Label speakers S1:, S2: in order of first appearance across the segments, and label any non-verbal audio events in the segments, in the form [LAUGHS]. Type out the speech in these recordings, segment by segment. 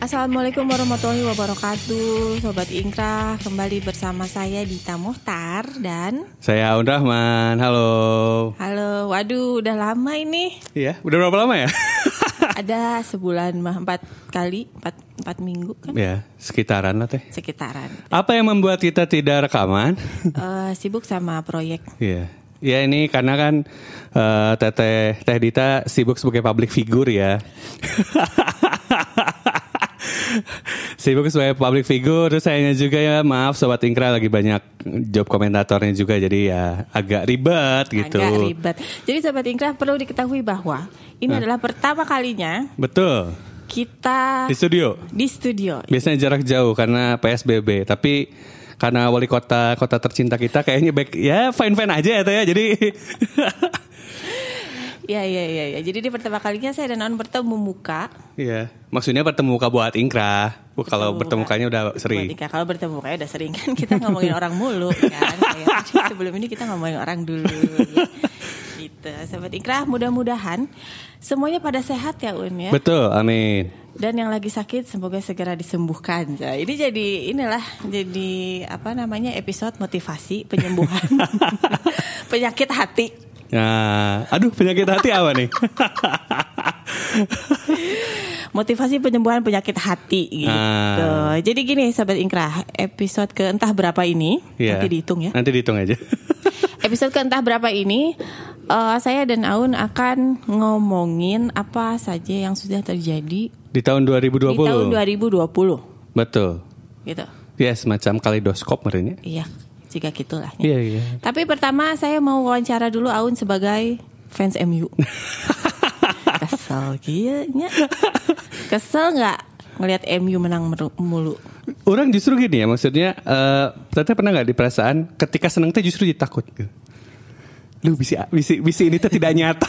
S1: Assalamualaikum warahmatullahi wabarakatuh Sobat Ingkrah Kembali bersama saya Dita Muhtar Dan
S2: Saya Aun Rahman, halo.
S1: Halo Waduh udah lama
S2: [LAUGHS]
S1: ini
S2: Iya, udah berapa lama ya?
S1: Ada sebulan mah Empat kali Empat, empat minggu kan
S2: ya, sekitaran lah teh. [LAUGHS]
S1: Sekitaran
S2: Apa yang membuat kita tidak rekaman?
S1: Eh, Sibuk sama proyek
S2: Iya. Ya ini karena kan eh, teteh Teh Dita sibuk sebagai public figure ya. sibuk sebagai public figure terus sayanya juga ya maaf sobat Ingkra lagi banyak job komentatornya juga jadi ya agak ribet gitu.
S1: Agak ribet Jadi Sobat Ingkrah perlu diketahui bahwa Ini
S2: Nah.
S1: adalah pertama kalinya
S2: Betul.
S1: Kita
S2: Di studio.
S1: di studio
S2: Biasanya jarak jauh karena PSBB, tapi karena wali kota kota tercinta kita kayaknya baik ya fine fine aja ya Teh ya. Jadi [LAUGHS]
S1: Ya ya ya ya Jadi di pertama kalinya saya dan On bertemu muka
S2: ya maksudnya bertemu muka buat Ingkra. Wah, kalau bertemu
S1: muka.
S2: mukanya udah
S1: Buat
S2: sering.
S1: nikah. kan? kalau bertemu mukanya udah sering kan kita ngomongin orang mulu kan.
S2: [LAUGHS]
S1: Kayak, "Aduh, sebelum ini kita ngomongin orang dulu. [LAUGHS] gitu. Sobat Ikrah, mudah-mudahan semuanya pada sehat ya Un ya.
S2: Betul, amin.
S1: Dan yang lagi sakit semoga segera disembuhkan. Ya, Ini jadi inilah jadi apa namanya episode motivasi penyembuhan
S2: [LAUGHS]
S1: penyakit hati.
S2: Nah, aduh penyakit hati apa
S1: [LAUGHS]
S2: nih?
S1: Motivasi penyembuhan penyakit hati gitu.
S2: Ah.
S1: Jadi gini Sobat Ingkrah, episode ke entah berapa ini
S2: Iya.
S1: nanti dihitung ya.
S2: Nanti dihitung aja. [LAUGHS]
S1: Episode ke entah berapa ini eh, saya dan Aun akan ngomongin apa saja yang sudah terjadi
S2: Di tahun
S1: di
S2: 2020.
S1: tahun 2020
S2: Betul.
S1: gitu.
S2: Ya, semacam kaleidoskop merenya.
S1: Iya, jika gitulah.
S2: Iya, iya.
S1: Tapi pertama saya mau wawancara dulu Aun sebagai fans
S2: [LAUGHS]
S1: MU. Kesel gilanya. Kesel nggak ngelihat MU menang meru- mulu?
S2: Orang justru gini ya, maksudnya eh Teteh pernah nggak di perasaan ketika seneng teh justru jadi takut gitu. Lu bisi bisi bisi ini teh tidak
S1: [LAUGHS]
S2: nyata.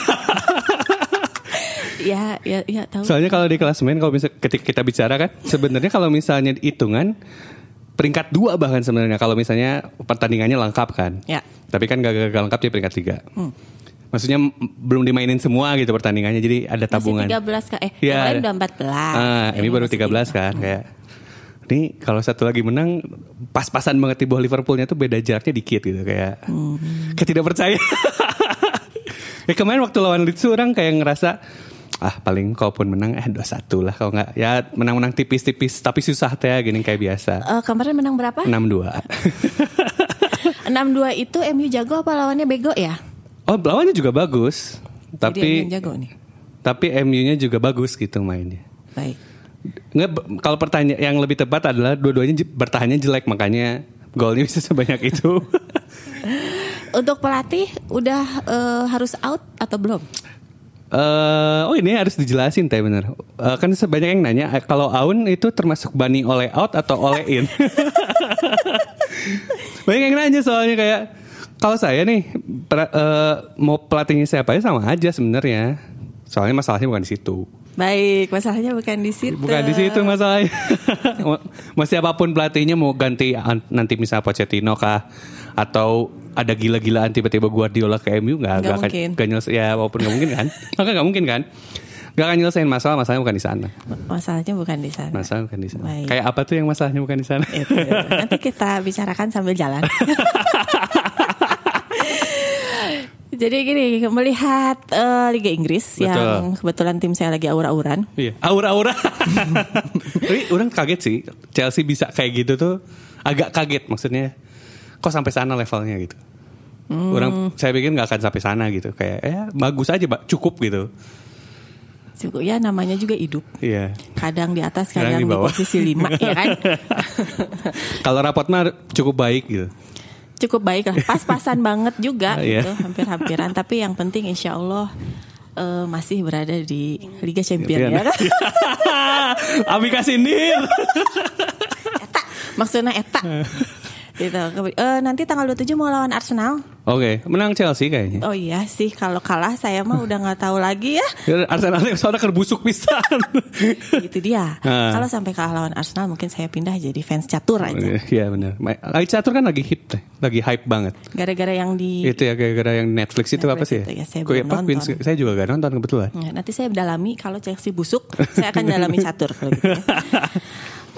S1: Ya, ya, ya tahu.
S2: Soalnya kalau di klasemen kalau bisa ketika kita bicara kan sebenarnya kalau misalnya hitungan peringkat dua bahkan sebenarnya kalau misalnya pertandingannya lengkap kan.
S1: Ya. Hmm.
S2: Tapi kan gak, gak lengkap dia peringkat tiga. Maksudnya m- belum dimainin semua gitu pertandingannya jadi ada tabungan.
S1: Masih 13 kak. Eh, yang lain
S2: Iya.
S1: udah 14.
S2: Ah, ini baru
S1: masih gitu.
S2: 13 kan kayak. Ini kalau satu lagi menang pas-pasan banget di bawah Liverpoolnya tuh beda jaraknya dikit gitu kayak.
S1: Hmm.
S2: Kayak tidak percaya.
S1: [LAUGHS]
S2: ya kemarin waktu lawan Leeds tuh orang kayak ngerasa ah paling kalaupun menang eh 2-1 lah kalau nggak ya menang-menang tipis-tipis tapi susah teh gini kayak biasa.
S1: Eh, kemarin menang berapa? [LAUGHS] 6-2
S2: 6-2.
S1: itu MU jago apa lawannya bego ya?
S2: oh, lawannya juga bagus.
S1: Jadi MU
S2: Tapi
S1: yang jago nih.
S2: tapi MU-nya juga bagus gitu mainnya.
S1: Baik.
S2: Nggak, b- kalau pertanyaan yang lebih tepat adalah dua-duanya je- bertahannya jelek makanya golnya bisa sebanyak itu. [LAUGHS]
S1: Untuk pelatih udah eh, harus out atau belum?
S2: eh oh ini harus dijelasin teh bener. Eh, kan sebanyak yang nanya eh, kalau Aun itu termasuk bani oleh out atau oleh in. [LAUGHS] Banyak yang nanya soalnya kayak kalau saya nih pra- eh, mau pelatihnya siapa aja sama aja sebenarnya. Soalnya masalahnya bukan di situ.
S1: Baik, masalahnya bukan di situ.
S2: Bukan di situ masalahnya. [LAUGHS] Mau- mau siapapun pelatihnya mau ganti an- nanti misalnya Pochettino kah atau ada gila-gilaan tiba-tiba Guardiola ke MU nggak
S1: Nggak
S2: nggak akan-
S1: mungkin.
S2: nggak nyelesain ya walaupun nggak mungkin
S1: [LAUGHS]
S2: kan maka nggak mungkin kan nggak akan nyelesain masalah masalahnya bukan di sana
S1: Masalahnya bukan di sana.
S2: masalah bukan di sana
S1: Baik.
S2: kayak apa tuh yang masalahnya bukan di sana
S1: Itu. Nanti kita bicarakan sambil
S2: [LAUGHS]
S1: jalan. Jadi gini, melihat eh, Liga Inggris
S2: Betul.
S1: yang kebetulan tim saya lagi aur-auran.
S2: iya aura-aura [LAUGHS] tapi orang kaget sih Chelsea bisa kayak gitu tuh agak kaget maksudnya kok sampai sana levelnya gitu
S1: Hmm.
S2: orang saya pikir nggak akan sampai sana gitu kayak ya bagus aja Pak. cukup gitu
S1: Cukup ya namanya juga hidup.
S2: Iya.
S1: Kadang di atas,
S2: Kadang
S1: kadang,
S2: di
S1: di,
S2: bawah.
S1: posisi
S2: [LAUGHS]
S1: lima, ya kan?
S2: Kalau rapot mah cukup baik gitu.
S1: cukup baik lah pas-pasan banget juga
S2: Ah, iya.
S1: gitu hampir-hampiran tapi yang penting insya Allah eh, masih berada di Liga Champion ya kan?
S2: [LAUGHS]
S1: [LAUGHS]
S2: Abi kasih nil.
S1: maksudnya eta gitu Ke- eh, nanti tanggal 27 mau lawan Arsenal
S2: Oke, menang Chelsea kayaknya.
S1: Oh iya sih, kalau kalah saya mah udah nggak tahu lagi ya.
S2: Arsenal yang soalnya kerbusuk pisan.
S1: Itu Gitu dia.
S2: Ah.
S1: Kalau sampai kalah lawan Arsenal mungkin saya pindah jadi fans catur aja.
S2: Iya benar. Ma- Lagi catur kan lagi hit, teh. lagi hype banget.
S1: Gara-gara yang di
S2: Itu ya gara-gara yang Netflix itu
S1: Iya.
S2: apa
S1: Netflix
S2: sih?
S1: itu ya, saya
S2: Kok
S1: belum
S2: apa,
S1: nonton.
S2: Queen's- saya juga gak nonton kebetulan.
S1: Ya, nanti saya dalami kalau Chelsea busuk, saya akan dalami catur kalau gitu
S2: [LAUGHS]
S1: ya.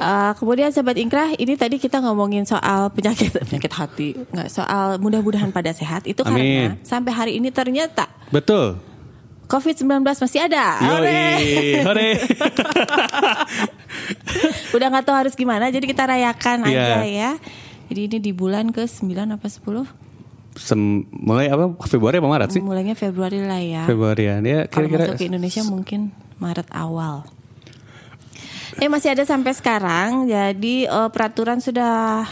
S1: Eh, kemudian sahabat Ingkrah, ini tadi kita ngomongin soal penyakit [LAUGHS] penyakit hati, nggak soal mudah-mudahan pada sehat. Itu karena
S2: Amin.
S1: sampai hari ini ternyata
S2: Betul.
S1: COVID-19 masih ada. Hore.
S2: Yoi. Hore.
S1: [LAUGHS] Udah nggak tahu harus gimana, jadi kita rayakan aja
S2: Iya.
S1: ya. Jadi ini di bulan ke 9 apa 10?
S2: Sem- mulai apa Februari apa Maret sih?
S1: Mulainya Februari lah ya.
S2: Februarian ya
S1: Kalau
S2: kira-kira
S1: masuk ke Indonesia mungkin Maret awal.
S2: Nah.
S1: Eh masih ada sampai sekarang. Jadi eh, peraturan sudah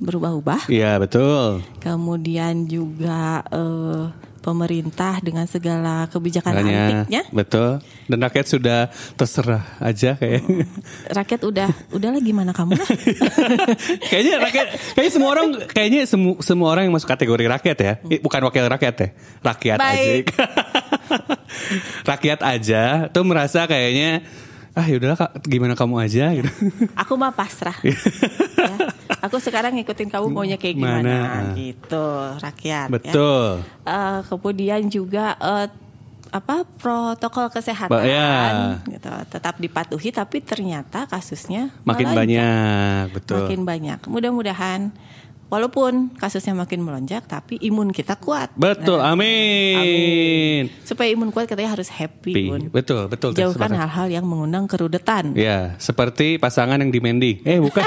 S1: berubah-ubah.
S2: Iya betul.
S1: Kemudian juga eh, pemerintah dengan segala kebijakan
S2: Makanya,
S1: antiknya,
S2: betul. Dan rakyat sudah terserah aja kayak.
S1: Hmm. rakyat udah udahlah gimana kamu
S2: [LAUGHS]
S1: lah.
S2: kayaknya rakyat kayaknya semua orang kayaknya semu, semua orang yang masuk kategori rakyat ya. Eh, Bukan wakil rakyat ya. Rakyat
S1: Baik.
S2: aja. [LAUGHS] rakyat aja tuh merasa kayaknya ah yaudahlah Kak, gimana kamu aja
S1: Iya,
S2: gitu.
S1: Aku mah
S2: [LAUGHS]
S1: pasrah. Ya. Aku sekarang ngikutin kamu maunya kayak gimana
S2: Mana?
S1: gitu rakyat. ya.
S2: betul.
S1: Eh, kemudian juga eh, apa protokol kesehatan
S2: Ba- ya.
S1: gitu tetap dipatuhi tapi ternyata kasusnya
S2: Makin
S1: melonjak.
S2: banyak, betul.
S1: makin banyak mudah-mudahan walaupun kasusnya makin melonjak tapi imun kita kuat
S2: Betul.
S1: Nah,
S2: amin.
S1: supaya imun kuat katanya harus happy
S2: Pi.
S1: Bun.
S2: Betul, betul. Teh,
S1: jauhkan
S2: sepakat.
S1: hal-hal yang mengundang kerudetan
S2: Ya, seperti pasangan yang di Mendy. Eh, bukan.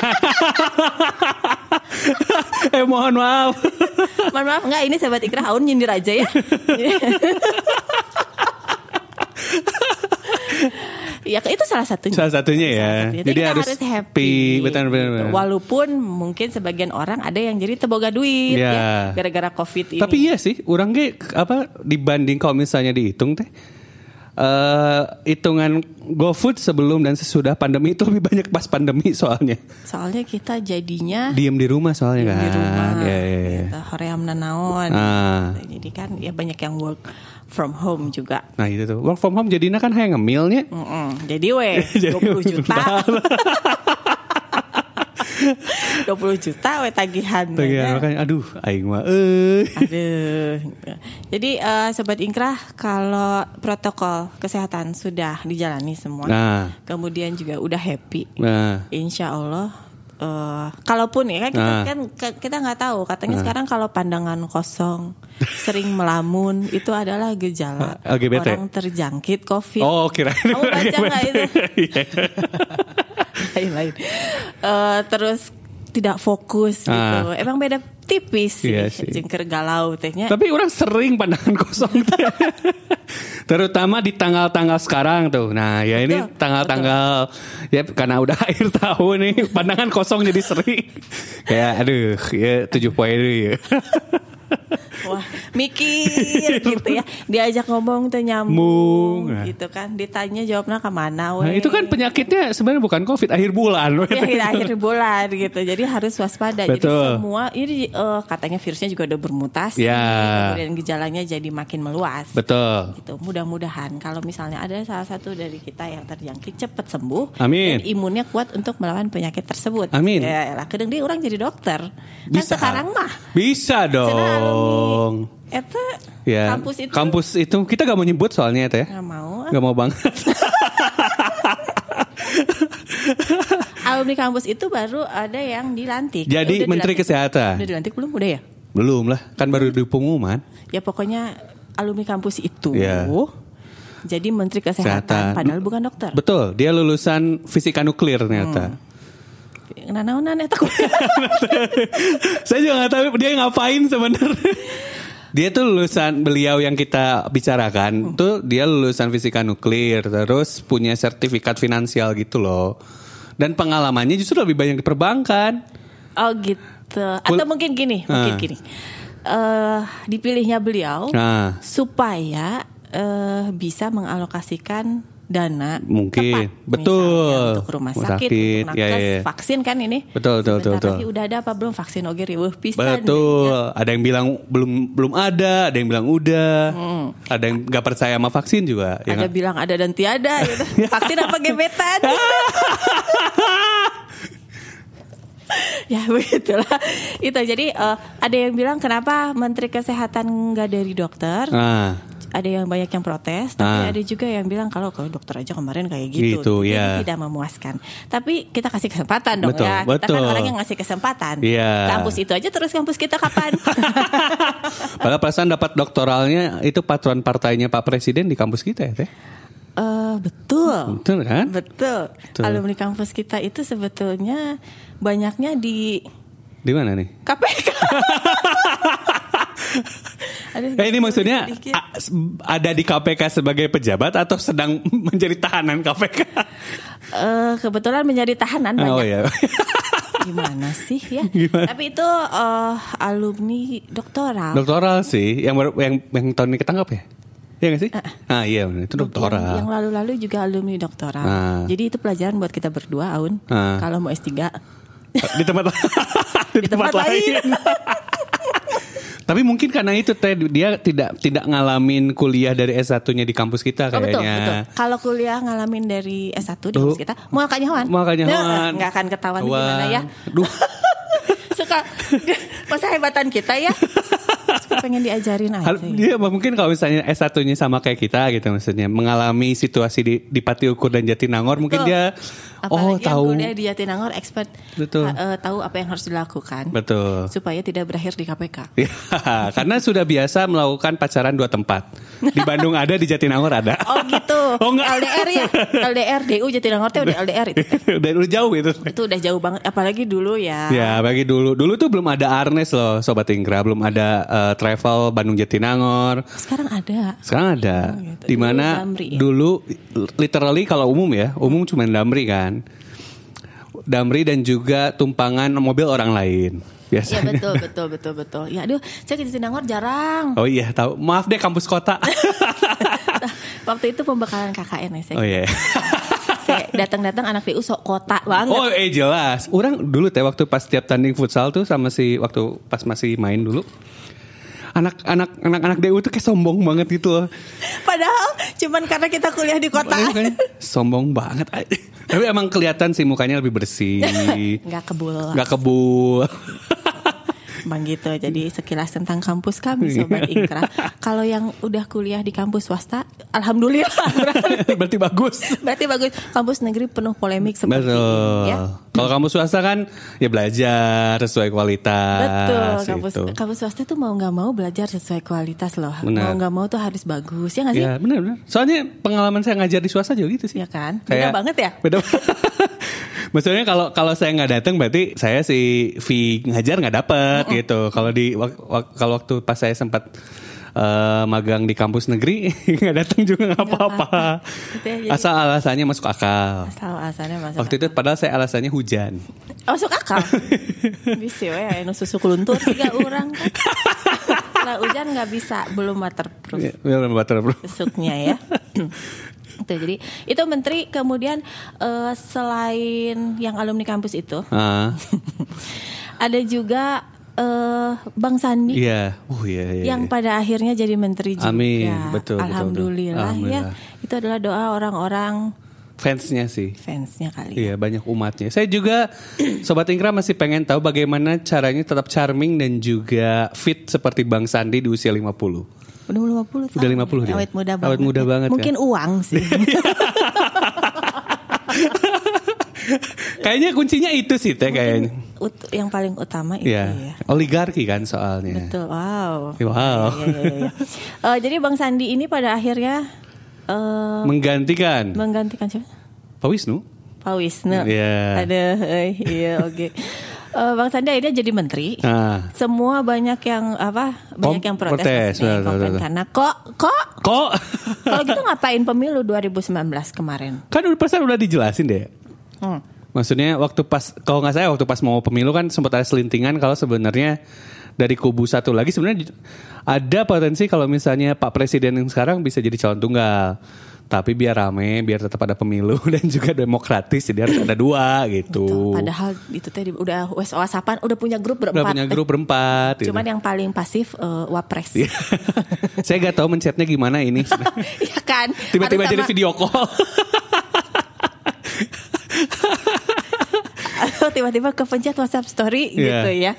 S2: [LAUGHS] eh, mohon maaf.
S1: [LAUGHS] mohon maaf enggak ini sahabat ikrah Aun nyindir aja
S2: [LAUGHS]
S1: ya [LAUGHS] ya itu salah satunya
S2: Salah satunya ya.
S1: Salah satunya.
S2: Jadi
S1: kita
S2: harus, happy. Betul, betul,
S1: gitu.
S2: betul.
S1: Walaupun mungkin sebagian orang ada yang jadi teboga duit
S2: Ya.
S1: ya, gara-gara covid ini.
S2: Tapi iya sih, orang ge apa dibanding kalau misalnya dihitung teh eh hitungan GoFood sebelum dan sesudah pandemi itu lebih banyak pas pandemi soalnya.
S1: soalnya kita jadinya
S2: Diem di rumah soalnya kan.
S1: Ah. di rumah,
S2: Iya, iya, iya.
S1: gitu. hoream nanaon.
S2: Ah.
S1: Jadi kan ya banyak yang work from home juga.
S2: Nah, itu tuh. Work from home jadinya kan hayang ngemilnya.
S1: Mm-mm. Jadi weh
S2: [LAUGHS]
S1: 20 juta. [LAUGHS] 20 juta weh tagihan. kan?
S2: Tuh, ya, makanya aduh aing mah eh. euy.
S1: Aduh. gitu. Jadi eh, sobat Ingkrah kalau protokol kesehatan sudah dijalani semua,
S2: Nah.
S1: kemudian juga udah happy,
S2: Nah,
S1: insya Allah. eh, kalaupun ya kan kita
S2: Nah.
S1: kan ke- kita nggak tahu katanya sekarang kalau pandangan
S2: [LAUGHS]
S1: kosong sering melamun itu adalah gejala
S2: Ah, LGBT.
S1: orang terjangkit COVID.
S2: Oh, kirain.
S1: Kamu
S2: [LAUGHS]
S1: baca nggak itu?
S2: Iya.
S1: [LAUGHS] Lain-lain. Eh, terus tidak fokus gitu.
S2: Ah.
S1: Emang beda tipis sih,
S2: Iya sih.
S1: jengker galau tehnya.
S2: Eh. Tapi orang sering pandangan [LAUGHS] kosong. teh.
S1: [LAUGHS]
S2: Terutama di tanggal-tanggal sekarang tuh. Nah, ya ini
S1: Betul,
S2: tanggal-tanggal ya karena udah [LAUGHS] akhir tahun nih, pandangan kosong jadi
S1: [LAUGHS]
S2: sering. ya aduh, ya 7 poin deh, ya.
S1: Wah,
S2: [LAUGHS]
S1: mikir gitu ya. Diajak ngomong tuh nyambung
S2: Mung, nah.
S1: gitu kan. Ditanya jawabnya kemana weh.
S2: Nah, itu kan penyakitnya sebenarnya bukan Covid, akhir bulan.
S1: Di akhir-akhir bulan gitu. Jadi harus waspada. Jadi
S2: Betul.
S1: semua ini eh, katanya virusnya juga udah bermutasi.
S2: Ya.
S1: Kemudian gejalanya jadi makin meluas.
S2: Betul.
S1: Gitu. Mudah-mudahan kalau misalnya ada salah satu dari kita yang terjangkit cepat sembuh dan
S2: Amin.
S1: imunnya kuat untuk melawan penyakit tersebut.
S2: Amin.
S1: Ya, elah, kedeng dia orang jadi dokter. Kan
S2: Bisa.
S1: sekarang mah
S2: Bisa dong.
S1: Eta
S2: Ya.
S1: kampus itu
S2: Kampus itu kita gak mau nyebut soalnya teh.
S1: nggak mau
S2: Gak mau banget.
S1: alumni kampus itu baru ada yang dilantik. Eh,
S2: Jadi
S1: Iya, Udah
S2: Menteri
S1: dilantik-
S2: Kesehatan.
S1: Udah dilantik belum? Udah ya?
S2: Belum lah, kan baru di pengumuman.
S1: Ya pokoknya alumni kampus itu
S2: Iya.
S1: jadi Menteri Kesehatan,
S2: Kesehatan.
S1: padahal bukan dokter. Hmm.
S2: Betul, dia lulusan fisika nuklir ternyata.
S1: Nanaonan eta kuliah.
S2: [LAUGHS] Saya juga nggak tahu dia ngapain sebenarnya. Dia tuh lulusan beliau yang
S1: Hmm.
S2: kita bicarakan tuh dia lulusan fisika nuklir terus punya sertifikat finansial gitu loh. Dan pengalamannya justru lebih banyak di perbankan.
S1: Oh gitu. Atau mungkin gini, mungkin
S2: Ah.
S1: gini. Eh, Oh, dipilihnya beliau
S2: Nah,
S1: supaya eh, bisa mengalokasikan dana
S2: Mungkin.
S1: tepat,
S2: Betul.
S1: misalnya untuk rumah
S2: Rumah
S1: sakit,
S2: sakit,
S1: untuk
S2: ya,
S1: nakes,
S2: ya, ya.
S1: vaksin kan ini
S2: Betul, betul, betul,
S1: Sebentar
S2: betul.
S1: lagi udah ada apa belum vaksin oke riweuh pisan
S2: Betul. Ada yang bilang belum belum ada, ada yang bilang udah. Ada yang nggak percaya sama vaksin juga.
S1: Hmm.
S2: ya
S1: ada
S2: nggak?
S1: bilang ada dan tiada
S2: [LAUGHS]
S1: gitu. vaksin apa gebetan ya begitulah itu jadi eh, ada yang bilang kenapa menteri kesehatan nggak dari dokter
S2: Ah,
S1: ada yang banyak yang protes tapi
S2: Ah.
S1: ada juga yang bilang kalau kalau dokter aja kemarin kayak gitu,
S2: Gitu,
S1: Jadi
S2: ya.
S1: tidak memuaskan tapi kita kasih kesempatan dong
S2: Betul,
S1: ya kita kan
S2: betul.
S1: orang yang ngasih kesempatan
S2: Iya.
S1: kampus itu aja terus kampus kita
S2: [LAUGHS]
S1: kapan
S2: padahal perasaan dapat doktoralnya itu patron partainya Pak Presiden di kampus kita ya, teh.
S1: Eh, betul
S2: Betul kan?
S1: betul
S2: Betul.
S1: alumni kampus kita itu sebetulnya banyaknya di
S2: Di mana nih?
S1: KPK
S2: [LAUGHS]
S1: Aduh,
S2: Eh, ini maksudnya
S1: sedikit.
S2: a- s- ada di KPK sebagai pejabat atau sedang [LAUGHS] menjadi tahanan KPK?
S1: Eh, kebetulan menjadi tahanan banyak
S2: [LAUGHS] Oh ya.
S1: gimana sih ya
S2: Gimana?
S1: tapi itu eh, alumni doktoral
S2: doktoral sih yang baru- yang yang tahun ini ketangkap ya? Iya gak sih? Ah iya bener. itu
S1: Yang- Eh, yang
S2: doktoral.
S1: lalu-lalu juga alumni doktoral
S2: Ah.
S1: jadi itu pelajaran buat kita berdua Aun
S2: Ah.
S1: kalau mau S3
S2: di
S1: [LAUGHS]
S2: tempat di, tempat,
S1: tempat lain.
S2: lain. [LAUGHS] Tapi mungkin karena itu teh dia tidak tidak ngalamin kuliah dari S1-nya di kampus kita
S1: Oh, betul,
S2: kayaknya.
S1: betul. Kalau kuliah ngalamin dari S1 di
S2: Duh.
S1: kampus kita, mau kakaknya Wan.
S2: Makanya
S1: Nah,
S2: Wan.
S1: nggak akan ketahuan gimana
S2: Wan.
S1: ya. [LAUGHS]
S2: Duh,
S1: Suka [LAUGHS] masa hebatan kita ya. Suka pengen diajarin aja. ya.
S2: hal- dia mungkin kalau misalnya S1-nya sama kayak kita gitu maksudnya mengalami situasi di, di Pati Ukur dan Jatinangor mungkin
S1: Betul.
S2: dia
S1: Apalagi
S2: oh tahu
S1: yang kuliah di Jatinangor expert
S2: Betul.
S1: ha- eh, tahu apa yang harus dilakukan
S2: betul. [LAUGHS]
S1: supaya tidak berakhir di KPK.
S2: Ya, karena sudah biasa melakukan pacaran dua tempat. Di Bandung ada, di Jatinangor ada.
S1: Oh gitu.
S2: [LAUGHS] Oh, enggak.
S1: LDR
S2: [LAUGHS]
S1: ya. LDR DU Jatinangor teh udah LDR itu.
S2: Dan udah jauh itu.
S1: Itu udah jauh banget apalagi dulu ya.
S2: Ya, bagi dulu. Dulu tuh belum ada Arnes loh, Sobat Inggra. Belum ada eh, travel Bandung Jatinangor.
S1: Sekarang ada.
S2: Sekarang ada.
S1: Oh, gitu.
S2: Di mana
S1: Dulu Damri ya?
S2: dulu literally kalau umum ya, umum cuma Damri kan. Damri dan juga tumpangan mobil orang lain.
S1: Ya
S2: Biasanya.
S1: betul betul betul betul. Ya aduh, saya ke Jatinangor jarang.
S2: Oh iya, tahu. Maaf deh
S1: [LAUGHS]
S2: kampus kota.
S1: Waktu itu pembekalan KKN ya saya.
S2: oh iya.
S1: Saya datang-datang anak DU sok kota banget.
S2: Oh eh jelas. Orang dulu teh waktu pas tiap tanding futsal tuh sama si waktu pas masih main dulu. Anak-anak anak-anak DU tuh kayak sombong banget gitu loh.
S1: Padahal cuman karena kita kuliah di kota.
S2: Eh, mukanya sombong banget. [LAUGHS] Tapi emang kelihatan sih mukanya lebih
S1: [LAUGHS]
S2: bersih.
S1: Nggak kebul.
S2: nggak kebul. [LAUGHS]
S1: Bang gitu. Jadi sekilas tentang kampus kami sobat
S2: Iya.
S1: Ingkra. Kalau yang udah kuliah di kampus swasta,
S2: [LAUGHS]
S1: alhamdulillah.
S2: Berarti bagus.
S1: Berarti bagus. Kampus negeri penuh polemik seperti
S2: Betul.
S1: ini ya.
S2: Kalau kamu swasta kan ya belajar sesuai
S1: Betul,
S2: kualitas.
S1: kampus
S2: gitu.
S1: kampus swasta tuh mau nggak mau belajar sesuai kualitas loh. Mau
S2: Benar.
S1: nggak mau tuh harus bagus ya nggak sih?
S2: Ya benar-benar. Soalnya pengalaman saya ngajar di swasta juga gitu sih.
S1: Iya kan? Beda
S2: Saya-
S1: banget ya?
S2: Beda. [LAUGHS] Maksudnya kalau kalau saya nggak datang berarti saya si fee ngajar nggak dapet gitu. Kalau di wak- wak- kalau waktu pas saya sempat eh, magang di kampus negeri [LAUGHS] nggak datang juga nggak apa-apa.
S1: apa-apa. Gitu ya, jadi-
S2: Asal alasannya masuk akal.
S1: Asal asalnya masuk.
S2: Waktu itu padahal saya alasannya hujan.
S1: akal. masuk
S2: [LAUGHS]
S1: akal. bisa ya, anu susu kuluntur tiga orang
S2: [LAUGHS]
S1: kan. Lah hujan nggak bisa, belum waterproof.
S2: Ya, Belum
S1: [LAUGHS]
S2: waterproof.
S1: besoknya ya. itu jadi itu menteri kemudian eh, selain yang alumni kampus itu [LAUGHS]
S2: Ah,
S1: ada juga eh, Bang Sandi
S2: iya. Uh, iya, iya,
S1: yang
S2: iya.
S1: pada akhirnya jadi menteri juga.
S2: Amin. Betul, betul, betul.
S1: Alhamdulillah,
S2: Alhamdulillah.
S1: ya. Itu adalah doa orang-orang
S2: iya. fansnya sih.
S1: fansnya kali.
S2: Iya banyak umatnya. Saya juga Sobat Ingkra masih pengen tahu bagaimana caranya tetap charming dan juga fit seperti Bang Sandi di
S1: [LAUGHS]
S2: usia 50.
S1: Udah 50 tahun.
S2: Udah 50 dia.
S1: Awet muda
S2: Awet
S1: banget. ya.
S2: muda banget, kan?
S1: Mungkin uang
S2: [LAUGHS]
S1: sih.
S2: Kayaknya kuncinya itu sih teh kayaknya.
S1: Ut- yang paling utama itu ya.
S2: Iya. Oligarki kan soalnya.
S1: Betul. Wow.
S2: Wow.
S1: Iya, iya, iya, iya. Eh, jadi Bang Sandi ini pada akhirnya eh,
S2: [LAUGHS] Menggantikan
S1: menggantikan siapa?
S2: Pak Wisnu.
S1: Pak Wisnu.
S2: Iya.
S1: Aduh, eh, iya oke. Eh, Bang Sandi akhirnya jadi menteri.
S2: Ah.
S1: Semua banyak yang apa? Banyak
S2: Kom-
S1: yang protes,
S2: protes,
S1: banyak yang
S2: betul,
S1: komplain.
S2: betul.
S1: karena kok kok
S2: Kok [LAUGHS]
S1: kalau gitu ngapain pemilu 2019 kemarin?
S2: kan udah pasar udah dijelasin deh.
S1: Hmm.
S2: Maksudnya waktu pas kalau nggak saya waktu pas mau pemilu kan sempat ada selintingan kalau sebenarnya dari kubu satu lagi sebenarnya j- ada potensi kalau misalnya Pak Presiden yang sekarang bisa jadi calon tunggal. Tapi biar rame, biar tetap ada pemilu [LAUGHS] dan juga demokratis, jadi harus ada dua gitu.
S1: Padahal itu tadi udah wes wasapan, udah punya grup berempat.
S2: Udah punya grup berempat. gitu.
S1: Cuman yang paling pasif eh, wapres.
S2: Iya. [LAUGHS] Saya nggak tahu mencetnya gimana ini.
S1: [LAUGHS] Iya kan?
S2: Tiba-tiba
S1: Harus
S2: jadi
S1: sama-
S2: video
S1: [LAUGHS]
S2: call.
S1: atau tiba-tiba kepencet WhatsApp story
S2: Iya.
S1: gitu ya.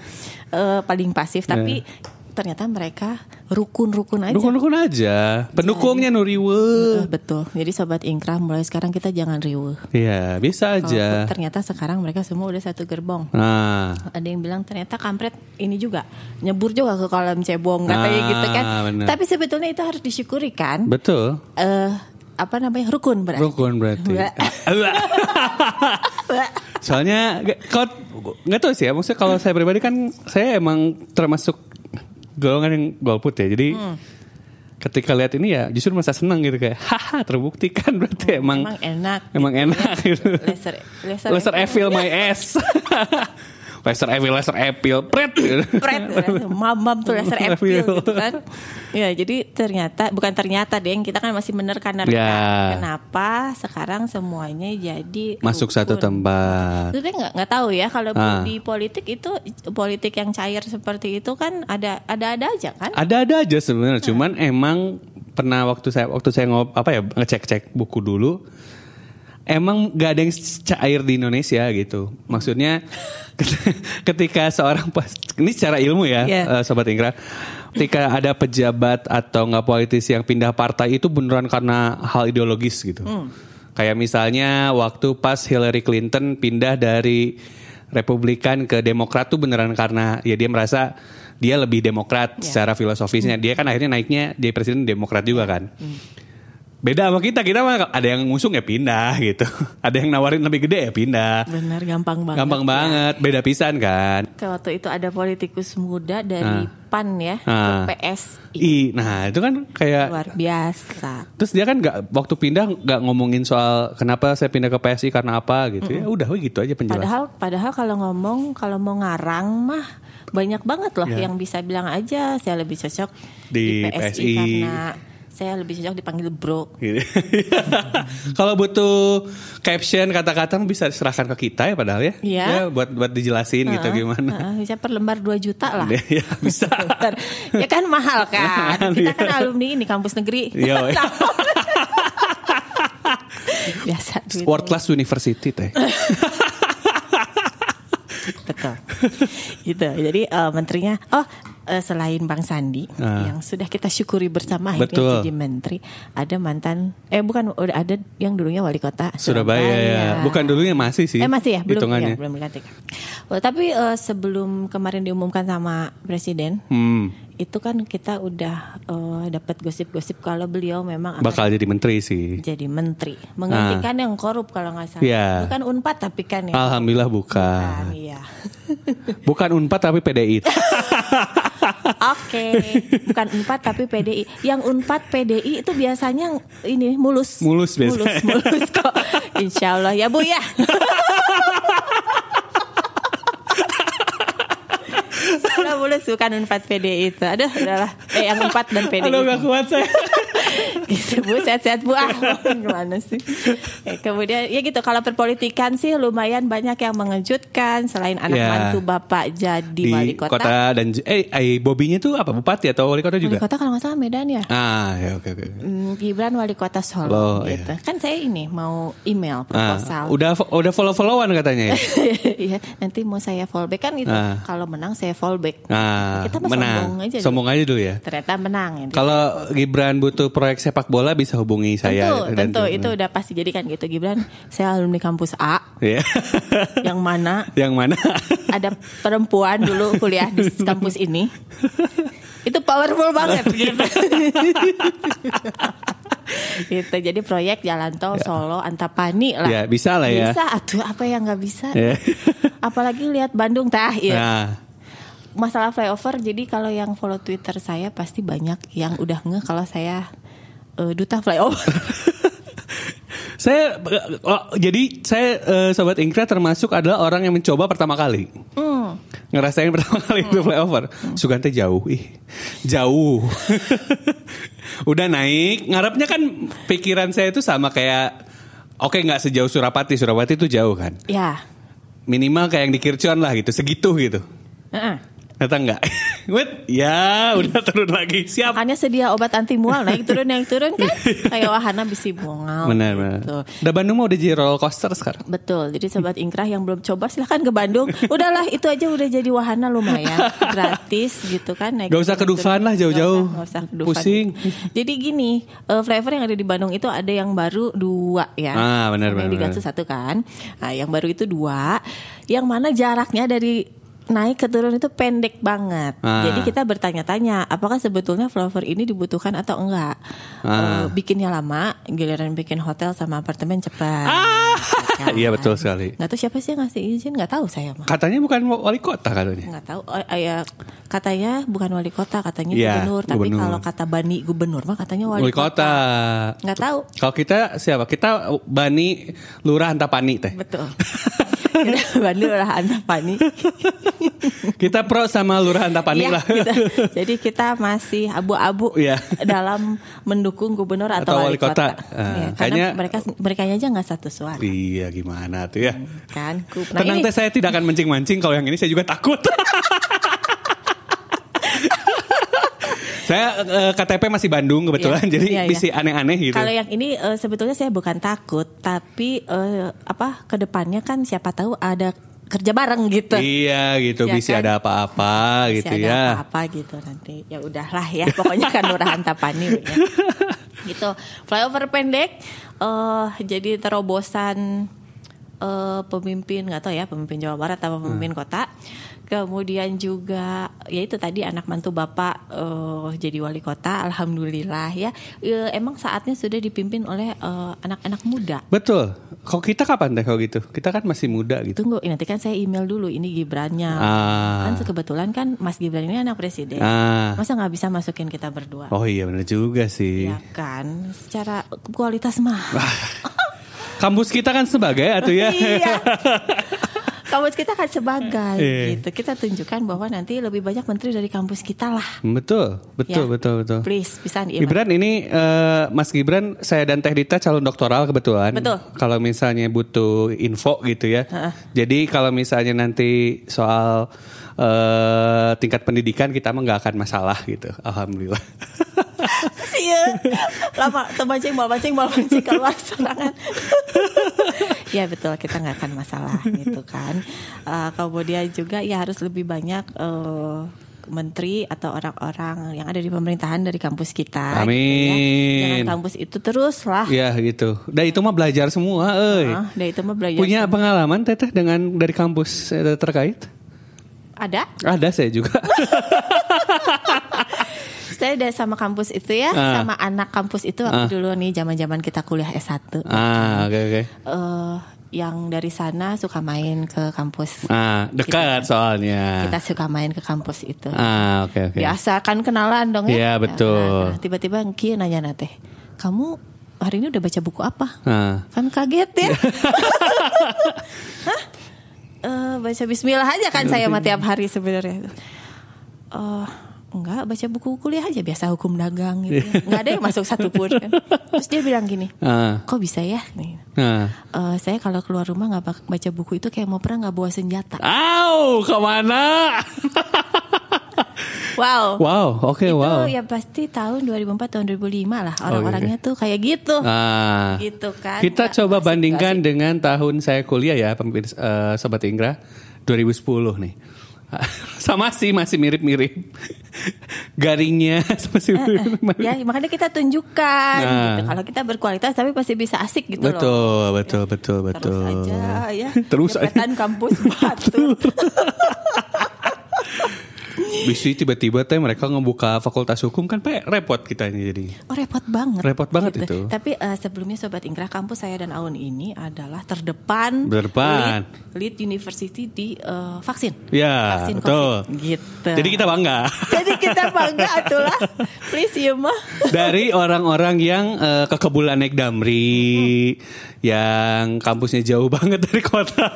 S1: Eh, paling pasif tapi ternyata mereka rukun-rukun aja.
S2: Dukung-dukung aja. Pendukungnya Nuriwe.
S1: Eh, betul. Jadi sobat Ingkrah mulai sekarang kita jangan riuh.
S2: Iya, bisa
S1: Kalau
S2: aja.
S1: ternyata sekarang mereka semua udah satu gerbong.
S2: Nah,
S1: Ada yang bilang ternyata kampret ini juga nyebur juga ke kolam cebong katanya
S2: Ah,
S1: gitu kan.
S2: bener.
S1: Tapi sebetulnya itu harus disyukuri kan.
S2: betul.
S1: Eh, apa namanya rukun berarti.
S2: Rukun berarti.
S1: Wah. Wah.
S2: [LAUGHS] Soalnya nggak- kau nggak tahu sih ya. Maksudnya kalau saya pribadi kan saya emang termasuk golongan yang golput ya. Jadi
S1: Hmm.
S2: ketika lihat ini ya justru masa senang gitu kayak haha terbuktikan berarti emang
S1: [LAUGHS] Oh, Emang enak.
S2: emang enak gitu.
S1: Laser, laser,
S2: Lester Evil my ass. [LAUGHS] Lester Evil, Lester Evil, pret. gitu. [LAUGHS]
S1: Pret, mamam tuh laser
S2: Evil.
S1: April gitu kan. Ya jadi ternyata bukan ternyata deh kita kan masih menerka-nerka.
S2: Ya.
S1: Kenapa sekarang semuanya jadi
S2: Masuk satu
S1: rukun?
S2: tempat.
S1: Tapi nggak nggak tahu ya kalau
S2: Ah.
S1: di politik itu politik yang cair seperti itu kan ada ada ada aja kan?
S2: Ada-ada aja sebenarnya, cuman
S1: Hmm.
S2: emang pernah waktu saya waktu saya ngop apa ya ngecek-cek buku dulu emang gak ada yang cair di Indonesia gitu. Maksudnya [LAUGHS] ketika seorang pas ini secara ilmu ya,
S1: Iya.
S2: eh, sobat Inggra, ketika ada pejabat atau nggak politisi yang pindah partai itu beneran karena hal ideologis gitu. Kayak misalnya waktu pas Hillary Clinton pindah dari Republikan ke Demokrat tuh beneran karena ya dia merasa dia lebih Demokrat secara filosofisnya. Dia kan akhirnya naiknya jadi presiden Demokrat juga kan beda sama kita kita mah ada yang ngusung ya pindah gitu [LAUGHS] ada yang nawarin lebih gede ya pindah
S1: Benar gampang banget. ya.
S2: gampang banget beda pisan kan
S1: Kayak Waktu itu ada politikus muda dari PAN ya, ke
S2: Ah.
S1: PSI.
S2: i nah itu kan kayak
S1: Luar biasa.
S2: terus dia kan nggak waktu pindah nggak ngomongin soal kenapa saya pindah ke PSI karena apa gitu ya udah weh, gitu aja penjelasan
S1: Padahal, padahal kalau ngomong, kalau mau ngarang mah banyak banget loh yang bisa bilang aja saya lebih cocok
S2: Ya. Di
S1: di, PSI,
S2: PSI.
S1: karena saya lebih cocok dipanggil bro.
S2: [LAUGHS] Gitu. [LAUGHS] kalau butuh caption kata-kata bisa serahkan ke kita ya padahal ya,
S1: Iya.
S2: ya buat buat dijelasin gitu gimana
S1: Heeh, bisa per lembar 2 juta
S2: [LAUGHS]
S1: lah.
S2: ya
S1: [LAUGHS]
S2: bisa
S1: Bentar. ya kan
S2: [LAUGHS]
S1: mahal kan. Kita kan alumni ini kampus negeri.
S2: Iya, iya.
S1: [LAUGHS] Biasa duit.
S2: world class university teh
S1: Betul. [LAUGHS] gitu. Jadi eh, menterinya oh eh, selain Bang Sandi
S2: Ah.
S1: yang sudah kita syukuri bersama akhirnya
S2: Betul.
S1: jadi menteri, ada mantan eh bukan udah ada yang dulunya wali kota
S2: Surabaya ya bukan dulunya masih sih
S1: Iya. Eh masih ya belum
S2: hitungannya
S1: ya, belum dilantik. Oh, tapi eh, sebelum kemarin diumumkan sama presiden
S2: Hmm,
S1: itu kan kita udah eh, dapat gosip-gosip kalau beliau memang akan
S2: bakal jadi menteri sih.
S1: jadi menteri menggantikan yang korup kalau nggak salah
S2: Iya.
S1: bukan unpad tapi kan ya
S2: Alhamdulillah bukan.
S1: Bukan, iya [LAUGHS]
S2: Bukan Unpad tapi PDI.
S1: Oke, bukan Unpad tapi PDI. Yang Unpad PDI itu biasanya ini mulus.
S2: Mulus biasanya.
S1: Mulus, mulus
S2: [LAUGHS]
S1: kok. Insya Allah ya Bu ya. Insya Allah mulus bukan Unpad PDI itu. Aduh, udahlah. Eh yang Unpad dan PDI.
S2: Aduh gak kuat
S1: [LAUGHS]
S2: saya.
S1: Gitu, bu sehat-sehat bu ah gimana sih Eh, kemudian ya gitu kalau perpolitikan sih lumayan banyak yang mengejutkan selain anak
S2: Ya.
S1: mantu bapak jadi
S2: Di
S1: wali
S2: kota, dan eh, eh Bobinya tuh apa bupati atau wali kota
S1: wali
S2: juga?
S1: kota kalau nggak salah Medan ya
S2: Ah, ya oke oke.
S1: Mm, Gibran wali kota Solo
S2: Lo,
S1: gitu. Kan saya ini mau email
S2: iya. Ah,
S1: proposal.
S2: udah fo- udah follow followan katanya ya.
S1: [LAUGHS] Iya, nanti mau saya fallback kan itu.
S2: Ah.
S1: Kalau menang saya fallback.
S2: Ah,
S1: Kita mah
S2: menang.
S1: sombong aja dulu.
S2: Sombong aja dulu ya.
S1: Ternyata menang ya.
S2: Kalau Gibran butuh proyek sepak bola bisa hubungi saya. gitu,
S1: tentu,
S2: Dan- hmm.
S1: tentu itu udah pasti jadi kan gitu Gibran. Saya alumni kampus A
S2: Iya. [LAUGHS]
S1: yang mana
S2: Yang mana?
S1: ada perempuan dulu kuliah di kampus ini. Itu powerful banget gitu. [LAUGHS] gitu. Jadi proyek jalan tol Solo Antapani lah.
S2: Ya, bisa lah ya.
S1: Bisa atuh apa yang nggak bisa.
S2: Ya.
S1: Apalagi lihat Bandung tah ya.
S2: [LAUGHS] Nah,
S1: Masalah flyover jadi kalau yang follow Twitter saya pasti banyak yang udah nge kalau saya eh, duta flyover.
S2: [LAUGHS] saya eh, oh, jadi saya eh, sobat Inkra termasuk adalah orang yang mencoba pertama kali. ngerasain pertama kali itu flyover. Sugante jauh, ih jauh. [LAUGHS] Udah naik, ngarepnya kan pikiran saya itu sama kayak, oke nggak sejauh Surapati, Surapati itu jauh kan.
S1: Ya.
S2: Minimal kayak yang di Kircon lah gitu, segitu gitu.
S1: Heeh.
S2: Ternyata nggak. [LAUGHS] Wait, ya udah turun lagi, siap.
S1: Makanya sedia obat anti mual naik turun naik turun
S2: [LAUGHS]
S1: kan kayak wahana bisi mual.
S2: Benar, benar.
S1: gitu.
S2: Udah Bandung mau udah jadi roller coaster sekarang.
S1: Betul. Jadi sobat Ingkrah yang belum coba silahkan ke Bandung. Udahlah itu aja udah jadi wahana lumayan gratis gitu kan. Naik
S2: Gak usah ke Dufan lah,
S1: Gak usah,
S2: jauh-jauh.
S1: gak usah ke Dufan.
S2: Pusing.
S1: Jadi gini eh, flavor yang ada di Bandung itu ada yang baru dua ya.
S2: Ah, benar,
S1: Sama
S2: benar,
S1: Yang diganti satu kan. Nah, yang baru itu dua. Yang mana jaraknya dari naik ke turun itu pendek banget.
S2: Ah.
S1: Jadi kita bertanya-tanya apakah sebetulnya flavor ini dibutuhkan atau enggak.
S2: Ah.
S1: Eh, bikinnya lama, giliran bikin hotel sama apartemen cepat. Ya
S2: Iya
S1: kan?
S2: betul sekali.
S1: Nggak tahu siapa sih yang ngasih izin, nggak tahu saya mah.
S2: Katanya bukan wali kota katanya.
S1: Nggak tahu. Oh, ya, katanya bukan wali kota, katanya
S2: Iya,
S1: gubernur. Tapi
S2: gubernur.
S1: kalau kata Bani gubernur mah katanya wali,
S2: Wali kota.
S1: Nggak tahu.
S2: Kalau kita siapa? Kita Bani Lurah Antapani teh.
S1: Betul. [LAUGHS] Kita Bani lah anak Bani.
S2: Kita pro sama Lurah
S1: Iya,
S2: Antapani lah.
S1: [LAUGHS] kita- jadi kita masih abu-abu
S2: Iya.
S1: dalam mendukung gubernur atau, wali kota. Iya,
S2: Eh,
S1: karena
S2: kayaknya-
S1: mereka mereka aja nggak satu suara
S2: Iya gimana tuh ya.
S1: kan. Kup. Nah,
S2: Tenang
S1: ini-
S2: teh saya tidak akan mancing-mancing kalau yang ini saya juga takut.
S1: [LAUGHS]
S2: saya eh, KTP masih Bandung kebetulan
S1: Iya,
S2: jadi
S1: iya, iya.
S2: bisa aneh-aneh gitu.
S1: Kalau yang ini eh, sebetulnya saya bukan takut, tapi eh, apa kedepannya kan siapa tahu ada kerja bareng gitu.
S2: Iya gitu,
S1: Iya
S2: bisa
S1: kan?
S2: ada apa-apa
S1: Masih
S2: gitu
S1: ada
S2: ya.
S1: Apa gitu nanti ya udahlah ya pokoknya kan Lurahan Tapani
S2: [LAUGHS]
S1: we, ya. gitu flyover pendek eh jadi terobosan eh pemimpin nggak tahu ya pemimpin Jawa Barat atau
S2: Hmm.
S1: pemimpin kota kemudian juga ya itu tadi anak mantu bapak eh jadi wali kota alhamdulillah ya Eh, emang saatnya sudah dipimpin oleh eh, anak-anak muda
S2: Betul. Kalau kita kapan teh kalau gitu? Kita kan masih muda gitu.
S1: tunggu nanti kan saya email dulu ini Gibrannya
S2: Ah.
S1: kan kebetulan kan Mas Gibran ini anak presiden
S2: Ah.
S1: masa nggak bisa masukin kita berdua
S2: Oh iya Ah, benar juga sih.
S1: ya kan secara kualitas
S2: [LAUGHS]
S1: mah
S2: Kampus kita kan sebagai atau ya.
S1: iya kampus kita kan sebagai
S2: Iya.
S1: gitu kita tunjukkan bahwa nanti lebih banyak menteri dari kampus kita lah
S2: [LAUGHS] betul,
S1: Ya.
S2: betul, betul, betul.
S1: please bisa nih
S2: Gibran ini eh, Mas Gibran saya dan Teh Dita calon doktoral kebetulan.
S1: Betul.
S2: Kalau misalnya butuh info gitu ya. Jadi kalau misalnya nanti soal eh, tingkat pendidikan kita mah nggak akan masalah gitu. Alhamdulillah.
S1: Iya. Lama temancing mau mancing mau mancing keluar
S2: [LAUGHS]
S1: serangan. ya betul kita nggak akan masalah gitu kan. Eh, kemudian juga ya harus lebih banyak eh, menteri atau orang-orang yang ada di pemerintahan dari kampus kita. gitu ya.
S2: Amin.
S1: Jangan kampus itu terus lah.
S2: ya gitu. Dan itu mah belajar semua, euy.
S1: Ah, dari itu mah belajar.
S2: Iya. Punya pengalaman Teteh dengan dari kampus eh, terkait?
S1: Ada?
S2: Ada saya juga.
S1: Saya ada sama kampus itu ya,
S2: Ah.
S1: sama anak kampus itu waktu dulu nih zaman-zaman kita kuliah S1.
S2: ah, oke oke.
S1: Eh, yang dari sana suka main ke kampus
S2: Ah, dekat soalnya.
S1: kita suka main ke kampus itu.
S2: Ah, oke oke.
S1: Biasa kan kenalan dong
S2: Iya,
S1: ya.
S2: betul.
S1: kenalan. Tiba-tiba Ki nanya nate, kamu hari ini udah baca buku apa?
S2: Ah.
S1: Kan kaget
S2: [LAUGHS]
S1: ya. Hah? Eh, baca Bismillah aja kan saya mah tiap hari sebenarnya. Oh, enggak baca buku kuliah aja biasa hukum dagang gitu.
S2: [LAUGHS]
S1: Enggak ada yang masuk satu pun. kan. Terus dia bilang gini,
S2: Ah.
S1: kok bisa ya? Nih.
S2: Ah.
S1: "Eh, saya kalau keluar rumah nggak bak- baca buku itu kayak mau perang nggak bawa senjata.
S2: Au, kemana? [LAUGHS]
S1: Wow.
S2: Wow, oke
S1: itu
S2: wow.
S1: ya pasti tahun 2004 tahun 2005 lah orang-orangnya
S2: gitu.
S1: tuh kayak gitu
S2: Ah.
S1: gitu kan
S2: Kita
S1: Nggak-
S2: coba
S1: masih nggak
S2: bandingkan
S1: sih?
S2: dengan tahun saya kuliah ya, pemirsa- eh, sobat Ingra, 2010 nih. [LAUGHS] sama sih masih mirip-mirip. [LAUGHS] Garingnya [LAUGHS] sama sih mirip-mirip.
S1: ya makanya kita tunjukkan
S2: Nah.
S1: gitu. kalau kita berkualitas tapi pasti bisa asik gitu loh
S2: betul, betul, betul, betul.
S1: terus aja ya
S2: [LAUGHS] Terus aja.
S1: Jepretan kampus batu
S2: Bisi tiba-tiba teh mereka ngebuka fakultas hukum kan Pak repot kita ini jadi.
S1: Oh repot banget.
S2: Repot banget itu.
S1: Tapi eh, sebelumnya sobat Ingkrah kampus saya dan Aun ini adalah terdepan
S2: Terdepan.
S1: lead, lead university di eh, vaksin.
S2: Ya,
S1: vaksin
S2: betul.
S1: COVID. Gitu.
S2: Jadi kita
S1: [LAUGHS]
S2: bangga.
S1: Jadi kita bangga atulah.
S2: [LAUGHS]
S1: Please ya mah.
S2: Dari orang-orang yang eh, kekebulan naik Damri,
S1: Hmm.
S2: yang kampusnya jauh [LAUGHS] banget dari kota,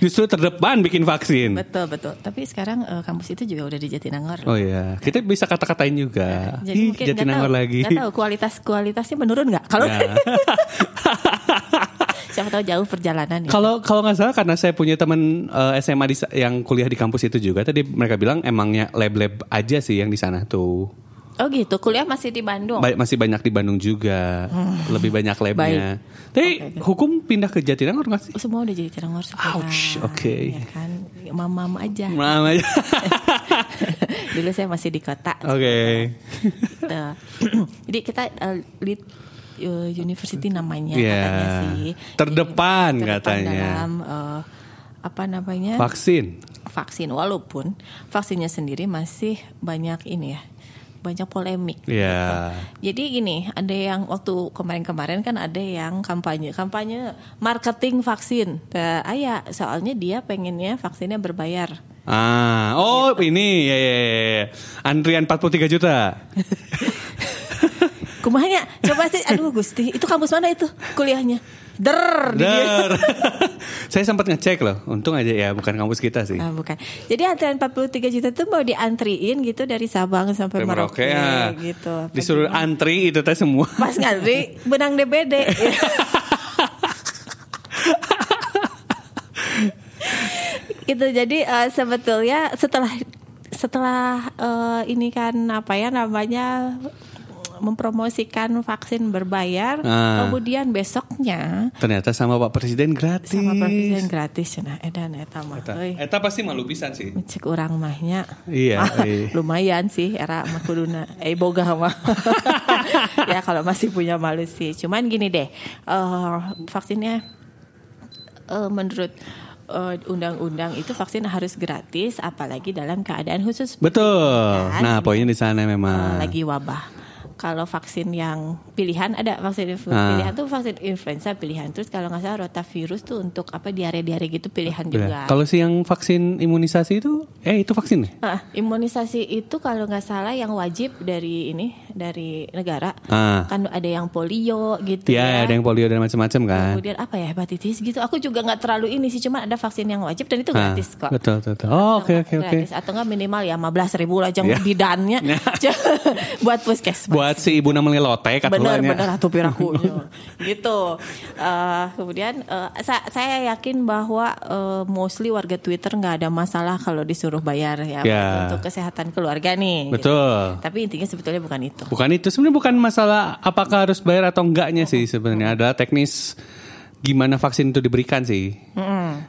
S2: justru terdepan bikin vaksin.
S1: Betul betul. Tapi sekarang eh, kampus itu juga udah di Jatinangor.
S2: Hmm. Oh iya, kita bisa kata-katain juga.
S1: Jadi
S2: Ih,
S1: mungkin nggak
S2: Jatinangor
S1: tahu-
S2: lagi.
S1: nggak tahu kualitas kualitasnya menurun nggak? Kalau
S2: Ya. [LAUGHS]
S1: [LAUGHS] siapa tahu jauh perjalanan ya.
S2: Kalau kalau nggak salah karena saya punya teman eh, SMA di, sa- yang kuliah di kampus itu juga tadi mereka bilang emangnya lab-lab aja sih yang di sana tuh
S1: Oh gitu. Kuliah masih di Bandung.
S2: Ba- masih banyak di Bandung juga
S1: Hmm.
S2: lebih banyak labnya. Tapi hukum pindah ke Jatinangor nggak sih?
S1: Semua udah jadi Jatinangor sekarang.
S2: Ouch, oke.
S1: Ya kan, mamam aja.
S2: Malam aja.
S1: [LAUGHS]
S2: [LAUGHS]
S1: Dulu saya masih di kota.
S2: Oke.
S1: gitu. [CLEARS THROAT] Jadi kita uh, lead uh, university namanya
S2: Iya.
S1: katanya sih.
S2: Terdepan
S1: Jadi,
S2: katanya.
S1: dalam uh, apa namanya?
S2: Vaksin.
S1: vaksin walaupun vaksinnya sendiri masih banyak ini ya. Banyak polemik.
S2: Ya.
S1: Jadi gini, ada yang waktu kemarin-kemarin kan ada yang kampanye, kampanye marketing vaksin. Nah, ayah, soalnya dia pengennya vaksinnya berbayar.
S2: Ah, oh
S1: Iya.
S2: ini ya ya ya, ya. Antrian 43 juta.
S1: Kumahnya, coba [LAUGHS] sih, aduh Gusti, itu kampus mana itu kuliahnya? Der, di dia.
S2: Dar. [LAUGHS] saya sempat ngecek loh. Untung aja ya bukan kampus kita sih.
S1: Ah, bukan. Jadi antrian 43 juta itu mau diantriin gitu dari Sabang sampai Merauke
S2: ya.
S1: gitu. Apa
S2: Disuruh
S1: gimana?
S2: antri itu teh semua.
S1: Pas ngantri benang DBD. gitu. Jadi eh, sebetulnya setelah setelah eh, ini kan apa ya namanya mempromosikan vaksin berbayar,
S2: Ah.
S1: kemudian besoknya
S2: [LAUGHS] Ternyata sama Pak Presiden gratis.
S1: sama presiden gratis cenah edan eta mah.
S2: Eta,
S1: Euy.
S2: eta pasti malu pisan sih.
S1: Cek orang mahnya
S2: Iya,
S1: Ah,
S2: iya.
S1: Lumayan sih era mah kuduna Eh boga
S2: [LAUGHS]
S1: mah Ya kalau masih punya malu sih Cuman gini deh eh, Vaksinnya eh, Menurut eh, undang-undang itu vaksin harus gratis Apalagi dalam keadaan khusus
S2: Betul.
S1: Kan?
S2: Nah, poinnya di sana
S1: eh,
S2: memang.
S1: Lagi wabah kalau vaksin yang pilihan ada vaksin influ-
S2: Ah.
S1: pilihan tuh vaksin influenza pilihan terus kalau nggak salah rotavirus tuh untuk apa diare-diare gitu pilihan juga.
S2: Bila. Iya. Kalau sih yang vaksin imunisasi itu eh itu vaksin ya?
S1: Ah, imunisasi itu kalau nggak salah yang wajib dari ini dari negara
S2: Ah.
S1: kan ada yang polio gitu ya.
S2: Iya, ada yang polio dan macam-macam kan.
S1: Kemudian apa ya hepatitis gitu. Aku juga nggak terlalu ini sih, cuma ada vaksin yang wajib dan itu
S2: Ah,
S1: gratis kok. Iya,
S2: Betul, betul. betul. Oh, oke oke oke.
S1: Gratis atau nggak minimal ya 15 ribu lah jangan
S2: Iya.
S1: bidannya [LAUGHS] buat puskesmas.
S2: Buat si ibu namanya lotek
S1: benar
S2: katulanya.
S1: benar atau
S2: [LAUGHS]
S1: piraku gitu Eh, kemudian eh, sa- saya yakin bahwa eh, mostly warga Twitter nggak ada masalah kalau disuruh bayar ya
S2: Ya.
S1: untuk kesehatan keluarga nih gitu.
S2: Betul.
S1: tapi intinya sebetulnya bukan itu [LAUGHS]
S2: Bukan itu sebenarnya bukan masalah apakah harus bayar atau enggaknya sih sebenarnya adalah teknis gimana vaksin itu diberikan sih.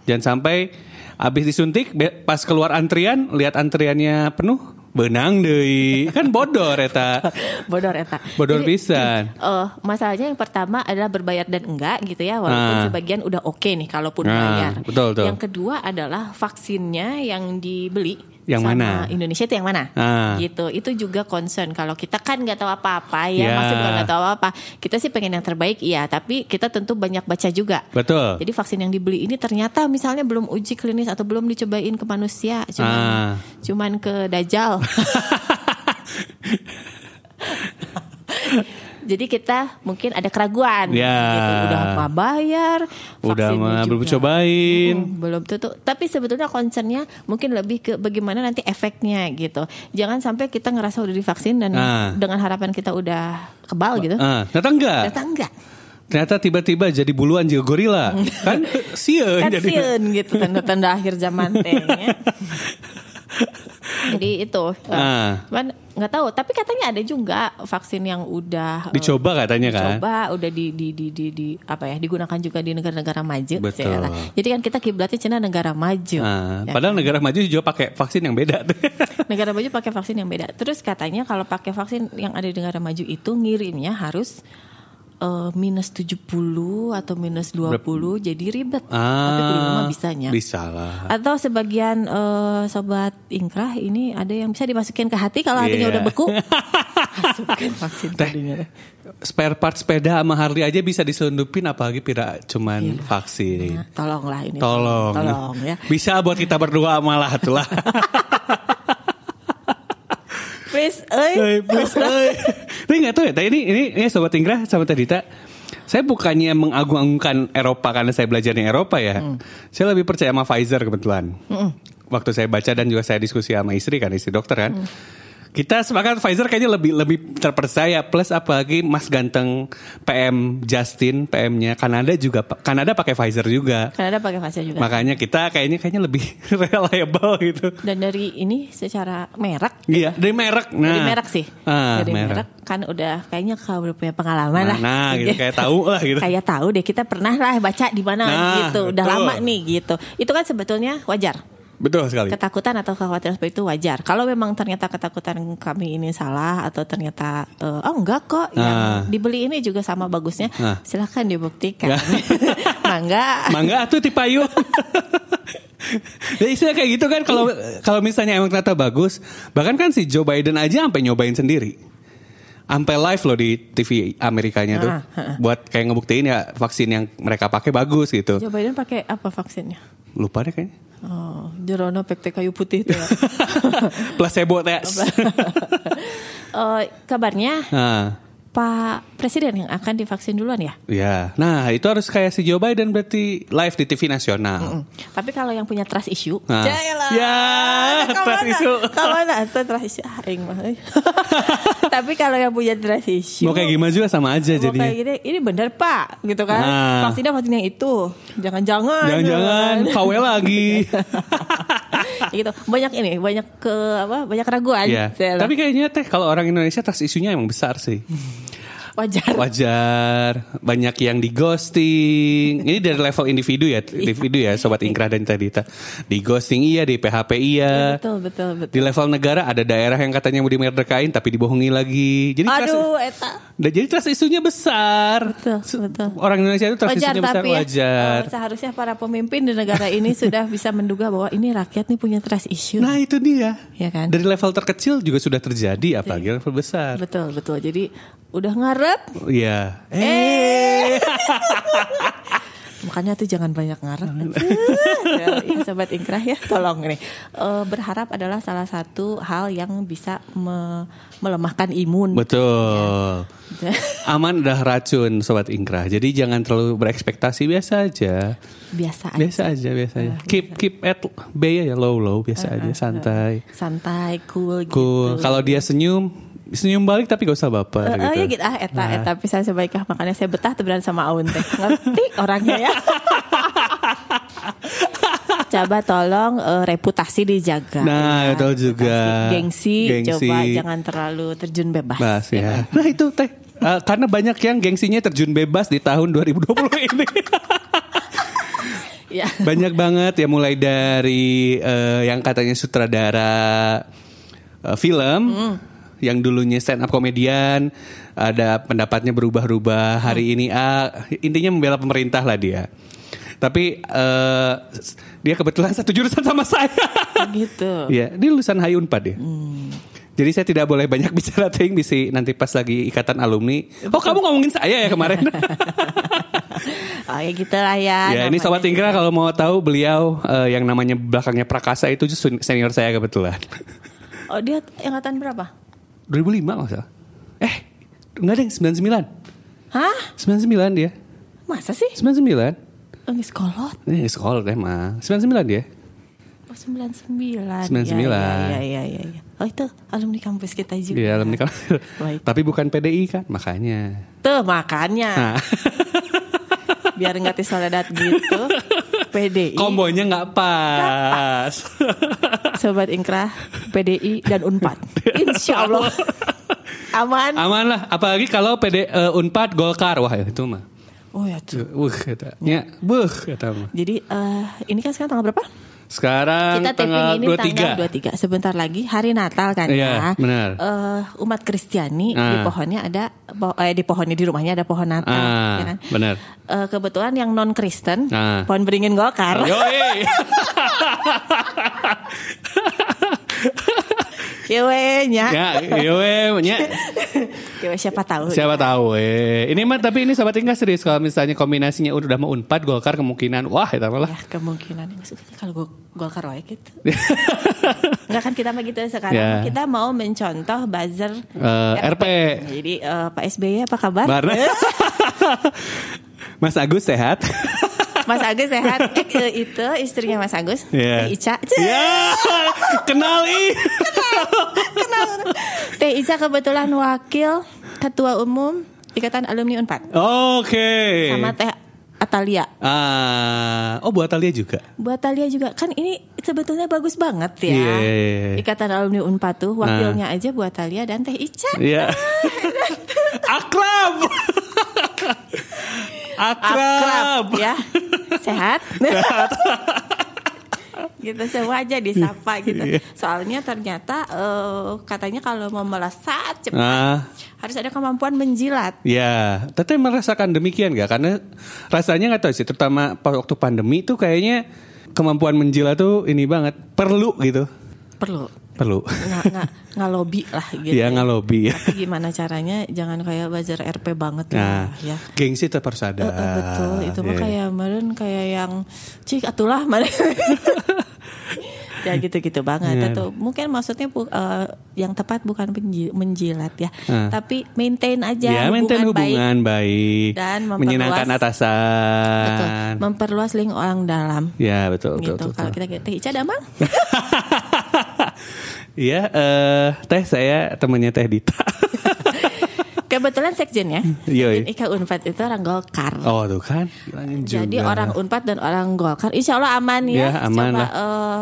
S2: Jangan sampai habis disuntik be- pas keluar antrian lihat antriannya penuh benang deui. kan bodoh eta.
S1: [LAUGHS] bodor eta
S2: Bodor
S1: Jadi,
S2: pisan.
S1: eh, masalahnya yang pertama adalah berbayar dan enggak gitu ya walaupun
S2: Ah.
S1: sebagian udah oke nih kalaupun
S2: Ah,
S1: bayar
S2: betul, betul.
S1: yang kedua adalah vaksinnya yang dibeli
S2: Yang
S1: sama
S2: mana?
S1: Indonesia itu yang mana
S2: Ah.
S1: gitu itu juga concern kalau kita kan nggak tahu apa-apa ya
S2: Ya.
S1: masih bukan nggak tahu apa-apa kita sih pengen yang terbaik iya tapi kita tentu banyak baca juga
S2: Betul.
S1: jadi vaksin yang dibeli ini ternyata misalnya belum uji klinis atau belum dicobain ke manusia
S2: Ah.
S1: cuman cuman ke
S2: [LAUGHS]
S1: dajal Jadi kita mungkin ada keraguan.
S2: Ya.
S1: Gitu. Udah apa bayar?
S2: Udah
S1: vaksinnya
S2: mah
S1: juga.
S2: belum cobain.
S1: Mm, belum tutup. Tapi sebetulnya concernnya mungkin lebih ke bagaimana nanti efeknya gitu. Jangan sampai kita ngerasa udah divaksin dan
S2: Ah.
S1: dengan harapan kita udah kebal gitu.
S2: Ah, ternyata enggak.
S1: Ternyata enggak.
S2: Ternyata tiba-tiba jadi buluan juga
S1: [LAUGHS]
S2: gorila. kan sieun
S1: Kan
S2: jadi. [LAUGHS]
S1: siun gitu tanda-tanda akhir zaman teh. ya. Jadi itu.
S2: Ah.
S1: Cuman nggak tahu, tapi katanya ada juga vaksin yang udah eh,
S2: Dicoba katanya kan.
S1: coba udah di, di, di, di, di- apa ya digunakan juga di negara-negara maju
S2: Betul.
S1: saya lah. jadi kan kita kiblatnya cina negara maju
S2: Ah,
S1: Ya
S2: padahal negara maju juga pakai vaksin yang beda. [LAUGHS]
S1: kan? negara maju pakai vaksin yang beda terus katanya kalau pakai vaksin yang ada di negara maju itu ngirimnya harus eh, minus 70 atau minus 20 jadi ribet. Tapi di rumah
S2: Ah,
S1: bisanya.
S2: Bisa lah.
S1: Atau sebagian eh, sobat ingkrah ini ada yang bisa dimasukin ke hati kalau hatinya
S2: Iya.
S1: udah
S2: [LAUGHS]
S1: beku. Masukin vaksin
S2: Teh.
S1: tadinya.
S2: Spare part sepeda sama Harley aja bisa diselundupin apalagi tidak cuman vaksin.
S1: Nah, tolonglah ini.
S2: Tolong.
S1: Tolong ya.
S2: Bisa buat kita berdua malah
S1: [LAUGHS]
S2: tuh lah.
S1: Please, eh. euy.
S2: Hey, please, eh. hey. Tapi nggak tahu ya, tadi ini, ini, ini Sobat Inggra sama Teh Dita. Saya bukannya mengagung-agungkan Eropa karena saya belajar di Eropa ya. Saya lebih percaya sama Pfizer kebetulan. Waktu saya baca dan juga saya diskusi sama istri kan, istri dokter kan. Kita sepakat Pfizer kayaknya lebih lebih terpercaya. Plus apalagi Mas ganteng PM Justin, PM-nya Kanada juga. Kanada pakai Pfizer juga.
S1: Karena ada pakai vaksin juga.
S2: Makanya kita kayaknya kayaknya lebih [LAUGHS] reliable gitu.
S1: Dan dari ini secara merek
S2: Iya, dari merek. Nah,
S1: Dari merek sih.
S2: Ah,
S1: dari merek.
S2: merek.
S1: kan udah kayaknya kalau udah punya pengalaman lah. Iya.
S2: Nah, gitu, kayak tahu lah gitu.
S1: Kayak tahu deh kita pernah lah baca di mana
S2: Nah,
S1: gitu. Udah
S2: betul.
S1: lama nih gitu. Itu kan sebetulnya wajar.
S2: Betul sekali.
S1: Ketakutan atau kekhawatiran seperti itu wajar. Kalau memang ternyata ketakutan kami ini salah atau ternyata eh, oh enggak kok yang
S2: Ah.
S1: dibeli ini juga sama bagusnya,
S2: Ah. Ya.
S1: silahkan [LAUGHS] dibuktikan. Nah,
S2: Nggak.
S1: Mangga.
S2: Mangga tuh tipayu. Jadi istilah kayak gitu kan kalau kalau misalnya emang ternyata bagus, bahkan kan si Joe Biden aja sampai nyobain sendiri. Sampai live loh di TV Amerikanya tuh
S1: Ah, ah,
S2: buat kayak ngebuktiin ya vaksin yang mereka pakai bagus gitu.
S1: Joe Biden pakai apa vaksinnya?
S2: Lupa deh
S1: [LAUGHS]
S2: kayaknya.
S1: Oh, Jerono pekte kayu putih itu. ya.
S2: Placebo test.
S1: [LAUGHS] Eh, kabarnya
S2: nah,
S1: Pak Presiden yang akan divaksin duluan ya.
S2: ya. Nah, itu harus kayak si Joe Biden berarti live di TV nasional.
S1: Mm. Tapi kalau yang punya trust issue,
S2: Nah.
S1: Jayalah.
S2: Ya,
S1: Kemana?
S2: trust issue.
S1: Kemana? Itu trust issue. Ah, aing mah,
S2: [LAUGHS]
S1: eh. Tapi kalau yang punya trust issue,
S2: Mau kayak gimana juga sama aja
S1: mau kayak
S2: jadinya.
S1: gini, ini bener pak, gitu kan?
S2: Nah.
S1: Vaksinnya vaksin yang itu, jangan-jangan. [LAUGHS]
S2: Jangan-jangan KW lagi.
S1: Ya gitu. Banyak ini, banyak ke apa? Banyak keraguan.
S2: Iya.
S1: Jayalah.
S2: Tapi kayaknya teh kalau orang Indonesia tas isunya emang besar sih. [LAUGHS]
S1: wajar.
S2: Wajar, banyak yang di ghosting. Ini dari level individu ya,
S1: Iya.
S2: individu ya sobat Ingkrah dan Tadita. Di ghosting iya, di PHP iya.
S1: Betul, betul, betul.
S2: Di level negara ada daerah yang katanya mau dimerdekain tapi dibohongi lagi. Jadi trust-
S1: Aduh, eta.
S2: dan jadi trust isunya besar.
S1: Betul, betul.
S2: Orang Indonesia itu trust
S1: wajar
S2: isunya besar
S1: tapi ya,
S2: wajar.
S1: eh, seharusnya para pemimpin di negara ini sudah bisa menduga bahwa ini rakyat nih punya trust issue.
S2: Nah, itu dia.
S1: Iya kan? Iya.
S2: Dari level terkecil juga sudah terjadi apalagi level besar.
S1: Betul, betul. Jadi udah ngarep,
S2: Iya. eh.
S1: makanya tuh jangan banyak ngarep. [LAUGHS] ya, ih, sobat ingkrah ya, tolong nih. Eh, berharap adalah salah satu hal yang bisa me- melemahkan imun.
S2: Betul.
S1: Iya.
S2: Aman dah racun sobat Ingkrah. Jadi jangan terlalu berekspektasi biasa aja.
S1: [LAUGHS] Biasa aja.
S2: Biasa aja, biasa aja. Keep keep at bay ya low low biasa aja santai.
S1: Santai, cool gitu.
S2: Cool. Kalau dia senyum, senyum balik tapi gak usah
S1: Eh, eh,
S2: baper gitu.
S1: ya gitu ah eta eta pisan sebaiknya makanya saya betah temenan sama Aun teh. Ngerti orangnya
S2: [LAUGHS]
S1: ya. coba tolong eh, reputasi dijaga. Ya,
S2: Nah, betul juga.
S1: Reputasi, Gengsi,
S2: Gengsi.
S1: coba jangan terlalu terjun bebas.
S2: Bas ya. Nah itu teh. Eh, karena banyak yang gengsinya terjun bebas di tahun 2020 ini.
S1: [LAUGHS] Ya.
S2: banyak banget ya mulai dari eh, yang katanya sutradara eh, film yang dulunya stand up komedian ada pendapatnya berubah-ubah hari ini ah, intinya membela pemerintah lah dia tapi eh, s- dia kebetulan satu jurusan
S1: [LAUGHS]
S2: sama saya
S1: gitu.
S2: Iya, dia lulusan HI Unpad ya. Jadi saya tidak boleh banyak [LAUGHS] bicara ting bisi nanti pas lagi ikatan alumni. Oh kamu ngomongin saya ya kemarin.
S1: Oh ya gitu lah ya.
S2: ya ini
S1: namanya.
S2: sobat Ingkra kalau mau tahu beliau eh, yang namanya belakangnya Prakasa itu sen- senior saya [LAUGHS] kebetulan.
S1: Oh dia angkatan berapa?
S2: 2005 nggak salah. Eh nggak ada yang 99.
S1: Hah?
S2: 99 dia.
S1: Masa sih? Oh,
S2: 99.
S1: Nggak sekolot?
S2: Ini sekolah deh mah. 99 dia.
S1: Oh 99.
S2: 99.
S1: Ya, ya, ya, ya, ya. Oh itu alumni kampus kita juga.
S2: Dia Iya, alumni kamu.
S1: Baik.
S2: Tapi bukan PDI kan makanya.
S1: Tuh makanya
S2: Nah,
S1: biar nggak diseledat gitu. PDI,
S2: kombonya nggak pas.
S1: Sobat Ingkrah, PDI dan
S2: [LAUGHS]
S1: Unpad. Insya Allah aman.
S2: Aman lah, apalagi kalau PD eh, Unpad Golkar wah itu mah.
S1: Oh ya tuh.
S2: Wuh kata. Ya, buh kata mah.
S1: Jadi eh, ini kan sekarang tanggal berapa?
S2: Sekarang
S1: Kita taping
S2: tanggal
S1: ini
S2: 23.
S1: tanggal 23 Sebentar lagi hari Natal kan
S2: Iya,
S1: ya
S2: benar.
S1: Eh, Umat Kristiani di
S2: Ah.
S1: pohonnya ada po- eh, Di pohonnya di rumahnya ada pohon Natal
S2: Ah,
S1: ya kan?
S2: benar.
S1: Eh, Kebetulan yang non-Kristen
S2: Ah.
S1: Pohon beringin golkar [LAUGHS]
S2: Yoi.
S1: Kewenya
S2: ya, yoi, nya.
S1: Kewe siapa tahu
S2: Siapa tahu eh. Ini mah tapi ini sahabat Inggris serius kalau misalnya kombinasinya udah mau Unpad Golkar kemungkinan wah itu malah.
S1: Ya kemungkinan Maksudnya kalau gue golkar wae
S2: [LAUGHS]
S1: gitu Enggak kan kita mah gitu sekarang
S2: Ya.
S1: kita mau mencontoh buzzer
S2: Eh, RP.
S1: Jadi eh, Pak SBY Ya. apa Eh. kabar?
S2: Barna. [LAUGHS] Mas Agus sehat?
S1: Mas Agus
S2: [LAUGHS]
S1: sehat. Eh, eh, itu istrinya Mas Agus,
S2: Iya.
S1: Teh Ica. Cih,
S2: ya, kenal ih.
S1: Teh Ica kebetulan wakil ketua umum Ikatan Alumni Unpad
S2: Oke.
S1: sama Teh Atalia.
S2: Ah, oh buat Talia juga.
S1: Buat Atalia juga kan ini sebetulnya bagus banget ya.
S2: Iya, iya, iya. Nah.
S1: Ikatan Alumni Unpad tuh wakilnya aja buat Atalia dan Teh Ica.
S2: Iya. Akrab. Akrab.
S1: ya.
S2: [LAUGHS]
S1: Sehat. [LAUGHS] gitu semua aja
S2: Iya.
S1: disapa gitu. Soalnya ternyata eh, katanya kalau mau melesat cepat
S2: Ah,
S1: harus ada kemampuan menjilat.
S2: ya. Teteh merasakan demikian gak? Karena rasanya nggak tahu sih, terutama pas waktu pandemi tuh kayaknya kemampuan menjilat tuh ini banget perlu gitu.
S1: perlu
S2: Perlu.
S1: nggak nggak nggak lobby lah gitu
S2: Ya ngalobi.
S1: Tapi gimana caranya jangan kayak buzzer RP banget
S2: Nah,
S1: lah ya
S2: gengsi tetap harus ada.
S1: Eh, eh, betul itu mah
S2: Iya.
S1: kayak meren kayak yang cik atulah
S2: [LAUGHS]
S1: meren ya gitu gitu banget
S2: Iya.
S1: Tentu. mungkin maksudnya bu- eh, yang tepat bukan penji- menjilat ya
S2: Ah.
S1: tapi maintain aja
S2: Ya, maintain hubungan baik,
S1: Dan memperluas-
S2: menyenangkan
S1: baik Betul.
S2: atasan.
S1: memperluas link orang dalam
S2: Ya betul
S1: gitu
S2: betul. betul,
S1: kalau
S2: betul.
S1: kita gitu Ica ada Mang?"
S2: [LAUGHS] Iya, eh, teh saya temannya teh Dita.
S1: kebetulan sekjen ya
S2: Yoi.
S1: sekjen Ika Unpad itu orang Golkar
S2: Iya, oh tuh kan. Bilangin
S1: Jadi
S2: juga.
S1: orang Unpad dan orang Golkar Insya Allah aman ya,
S2: Ya, aman
S1: Coba
S2: lah.
S1: eh,